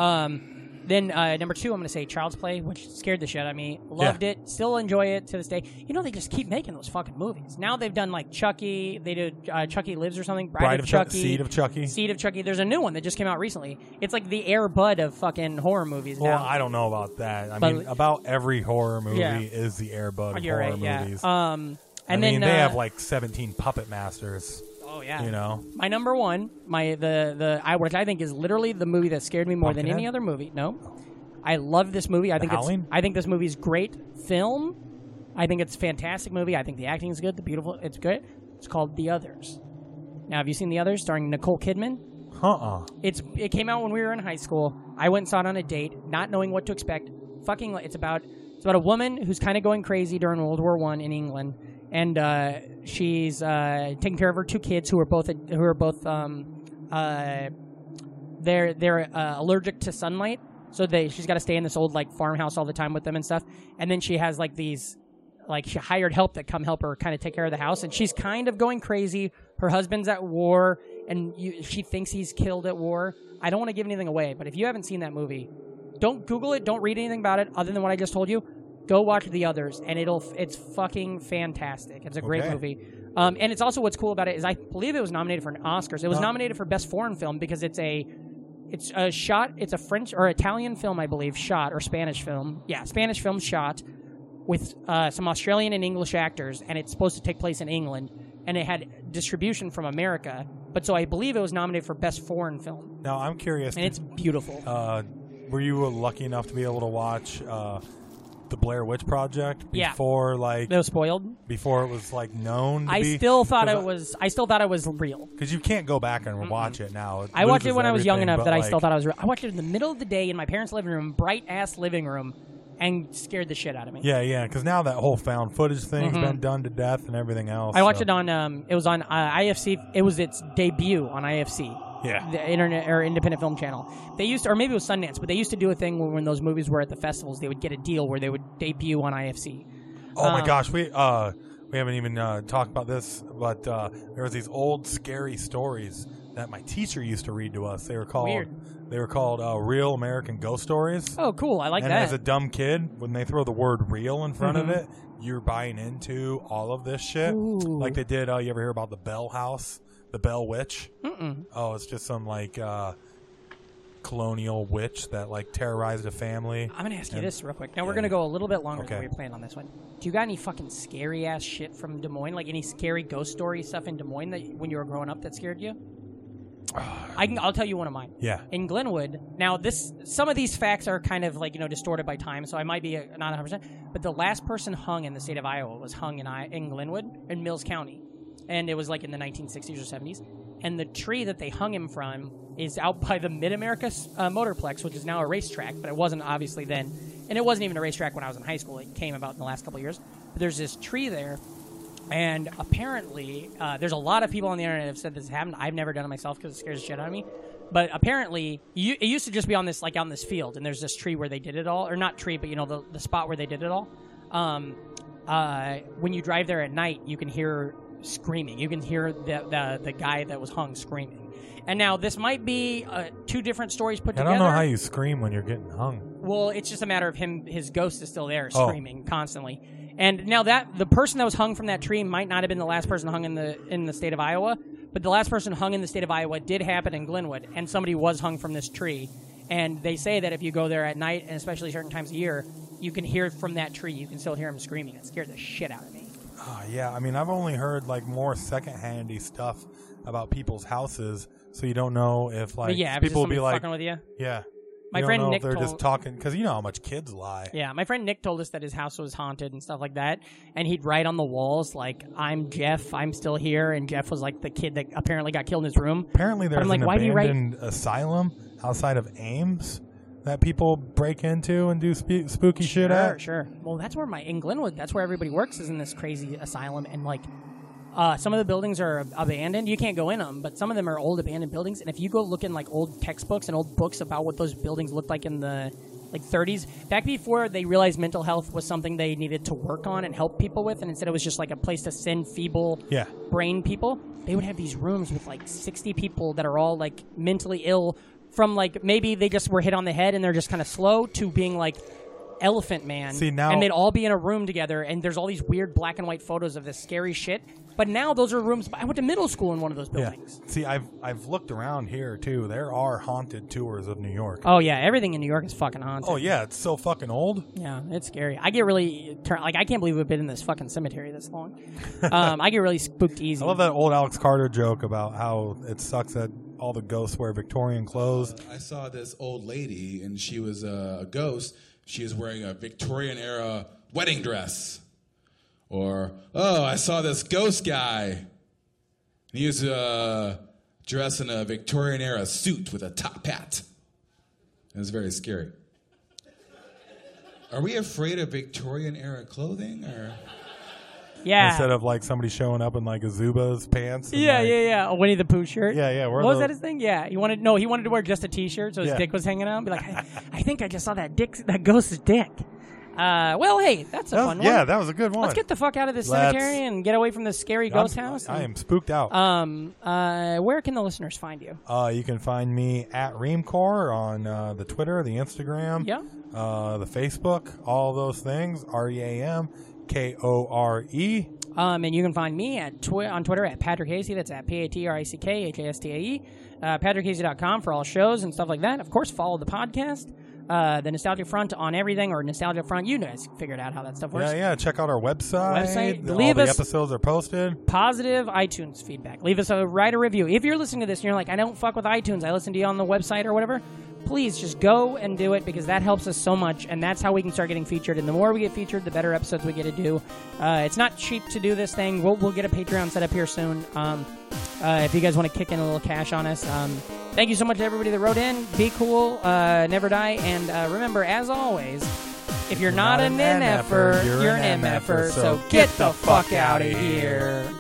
S5: Um, then uh, number two, I'm going to say Child's Play, which scared the shit out of me. Loved it. Still enjoy it to this day. You know, they just keep making those fucking movies. Now they've done like Chucky. They did uh, Chucky Lives or something. Bride,
S6: Bride
S5: of
S6: of Chuck-
S5: Chucky.
S6: Seed of Chucky.
S5: Seed of Chucky. There's a new one that just came out recently. It's like the Air Bud of fucking horror movies
S6: Well,
S5: now.
S6: I don't know about that. I
S5: But-
S6: mean, about every horror movie
S5: Yeah.
S6: is the airbud of
S5: You're
S6: horror
S5: right.
S6: movies.
S5: Yeah. Um, and
S6: I
S5: then
S6: mean, they
S5: uh,
S6: have like 17 puppet masters.
S5: oh yeah,
S6: You know,
S5: My number one, my the the I which I think is literally the movie that scared me more than any
S6: Pumpkinhead?
S5: other movie. No, I love this movie. I think it's,
S6: Howling?
S5: I think this movie's great film. I think it's a fantastic movie. I think the acting is good. The beautiful, it's good. It's called The Others. Now, have you seen The Others starring Nicole Kidman?
S6: uh-uh.
S5: It's it came out when we were in high school. I went and saw it on a date, not knowing what to expect. Fucking, it's about it's about a woman who's kind of going crazy during World War One in England, and uh, she's uh, taking care of her two kids who are both who are both um, uh, they're they're uh, allergic to sunlight, so they she's got to stay in this old like farmhouse all the time with them and stuff. And then she has like these like she hired help that come help her kind of take care of the house, and she's kind of going crazy. Her husband's at war, and you, she thinks he's killed at war. I don't want to give anything away, but if you haven't seen that movie, don't Google it. Don't read anything about it other than what I just told you. Go watch the others, and it'll it's fucking fantastic. It's a great
S6: Okay.
S5: movie. Um, and it's also what's cool about it is I believe it was nominated for an Oscars. It was nominated for best foreign film because it's a it's a shot. It's a French or Italian film, I believe, shot or Spanish film. Yeah, Spanish film shot with uh, some Australian and English actors, and it's supposed to take place in England. And it had distribution from America, but so I believe it was nominated for best foreign film,
S6: Now, I'm curious. Oh.
S5: and it's beautiful.
S6: uh, were you lucky enough to be able to watch uh, the Blair Witch Project
S5: Yeah.
S6: before like
S5: It was spoiled.
S6: before it was like known. To
S5: I
S6: be,
S5: still thought
S6: 'cause
S5: it was. I still thought it was real.
S6: because you can't go back and watch it now.
S5: I watched it
S6: loses
S5: when I was young
S6: everything,
S5: enough
S6: but,
S5: that I
S6: like,
S5: still thought I was real. I watched it in the middle of the day in my parents' living room, bright ass living room, and scared the shit out of me.
S6: Yeah, yeah, because now that whole found footage thing's been done to death and everything else.
S5: Mm-hmm. I watched
S6: so-
S5: it on. Um, it was on uh, IFC. It was its debut on IFC.
S6: Yeah.
S5: the internet or independent film channel. They used, to, or maybe it was Sundance, but they used to do a thing where when those movies were at the festivals, they would get a deal where they would debut on IFC.
S6: Oh my gosh, we uh we haven't even uh, talked about this, but uh, there was these old scary stories that my teacher used to read to us. They were called
S5: Weird.
S6: they were called uh, real American ghost stories.
S5: Oh, cool! I Mm-hmm. like
S6: and
S5: that.
S6: as a dumb kid, when they throw the word "real" in front of it, you're buying into all of this shit.
S5: Ooh.
S6: Like they did. Uh, you ever hear about the Bell House, the Bell Witch? Mm-mm. Oh, it's just some like uh, colonial witch that like terrorized a family.
S5: I'm gonna ask you
S6: And-
S5: this real quick. Now we're gonna go a little bit longer than
S6: Okay.
S5: we planned on this one. Do you got any fucking scary ass shit from Des Moines? Like any scary ghost story stuff in Des Moines that when you were growing up that scared you? I can. I'll tell you one of mine.
S6: Yeah.
S5: In Glenwood, now this some of these facts are kind of like you know distorted by time, so I might be uh, not 100. percent But the last person hung in the state of Iowa was hung in I in Glenwood in Mills County, and it was like in the 1960s or 70s. And the tree that they hung him from is out by the Mid America uh, Motorplex, which is now a racetrack, but it wasn't obviously then, and it wasn't even a racetrack when I was in high school. It came about in the last couple of years. But there's this tree there and apparently, uh, there's a lot of people on the internet that have said this happened. I've never done it myself because it scares the shit out of me. But apparently, you, it used to just be on this like on this field, and there's this tree where they did it all, or not tree, but you know the, the spot where they did it all. Um, uh, when you drive there at night, you can hear screaming. You can hear the the, the guy that was hung screaming. And now this might be uh, two different stories put
S6: I
S5: together.
S6: don't know how you scream when you're getting hung.
S5: Well, it's just a matter of him. His ghost is still there,
S6: Oh.
S5: screaming constantly. And now that the person that was hung from that tree might not have been the last person hung in the in the state of Iowa, but the last person hung in the state of Iowa did happen in Glenwood, and somebody was hung from this tree. And they say that if you go there at night, and especially certain times of year, you can hear from that tree. You can still hear him screaming. It scared the shit out of me.
S6: Ah, yeah, I mean, I've only heard like more secondhandy stuff about people's houses, so you don't know if like
S5: but yeah, it was just
S6: people will be
S5: somebody
S6: like,
S5: fucking with you.
S6: yeah.
S5: My
S6: you don't
S5: friend
S6: know
S5: Nick
S6: if they're just
S5: told-
S6: talking because you know how much kids lie.
S5: Yeah, my friend Nick told us that his house was haunted and stuff like that, and he'd write on the walls like "I'm Jeff, I'm still here," and Jeff was like the kid that apparently got killed in his room.
S6: Apparently, there's
S5: I'm like,
S6: an
S5: why do you write-
S6: abandoned asylum outside of Ames that people break into and do spe- spooky shit
S5: Sure,
S6: at.
S5: sure. Well, that's where my in Glenwood, that's where everybody works is in this crazy asylum, and like uh, some of the buildings are abandoned. You can't go in them, but some of them are old abandoned buildings. And if you go look in like old textbooks and old books about what those buildings looked like in the like 30s, back before they realized mental health was something they needed to work on and help people with, and instead it was just like a place to send feeble
S6: Yeah.
S5: brain people, they would have these rooms with like 60 people that are all like mentally ill from like maybe they just were hit on the head and they're just kind of slow to being like elephant man
S6: See, now-
S5: and they'd all be in a room together and there's all these weird black and white photos of this scary shit but now those are rooms i went to middle school in one of those
S6: Yeah.
S5: buildings
S6: See, I've I've looked around here too. There are haunted tours of New York.
S5: oh yeah everything in new york is fucking haunted
S6: oh yeah, it's so fucking old.
S5: Yeah, it's scary. I get really tur- like I can't believe we've been in this fucking cemetery this long. Um, I get really spooked easy.
S6: I love that old Alex Carter joke about how it sucks that all the ghosts wear Victorian clothes.
S7: I saw this old lady, and she was uh, a ghost. She was wearing a Victorian era wedding dress. Or, oh, I saw this ghost guy. And he was uh, dressed in a Victorian era suit with a top hat. It was very scary. Are we afraid of Victorian era clothing? Or
S5: Yeah,
S6: instead of like somebody showing up in like a Zuba's pants. and,
S5: Yeah,
S6: uh, like-
S5: yeah, yeah. A Winnie the Pooh shirt.
S6: Yeah, yeah, we're
S5: What was
S6: the-
S5: that his thing? Yeah, he wanted no, he wanted to wear just a T-shirt, so his
S6: Yeah.
S5: dick was hanging out. Be like, I, I think I just saw that dick, that ghost's dick. Uh, well, hey, that's a
S6: That was-
S5: fun one.
S6: yeah, that was a good one.
S5: Let's get the fuck out of this
S6: Let's-
S5: cemetery and get away from this scary
S6: I'm-
S5: ghost house.
S6: I am spooked out.
S5: Um, uh, where can the listeners find you?
S6: uh, you can find me at Reamcore on uh, the Twitter, the Instagram,
S5: Yeah.
S6: uh, the Facebook, all those things. R E A M K O R E.
S5: Um, and you can find me at twi- on Twitter at Patrick Hasty. That's at P A T R I C K H A S T A E. Uh, PatrickHasty.com for all shows and stuff like that. Of course, follow the podcast, uh, the Nostalgia Front on everything, or Nostalgia Front. You guys figured out how that stuff works.
S6: Yeah, yeah. Check out our website.
S5: Website.
S6: All
S5: Leave
S6: the
S5: us-
S6: episodes are posted.
S5: Positive iTunes feedback. Leave us a write a review. If you're listening to this and you're like, I don't fuck with iTunes, I listen to you on the website or whatever. please just go and do it because that helps us so much, and that's how we can start getting featured. And the more we get featured, the better episodes we get to do. Uh, it's not cheap to do this thing. We'll, we'll get a Patreon set up here soon. Um, uh, if you guys want to kick in a little cash on us, um, thank you so much to everybody that wrote in. Be cool, uh, never die, and uh, remember, as always, if er, you're not, an, NFer, you're an MFer. So get the fuck out of here.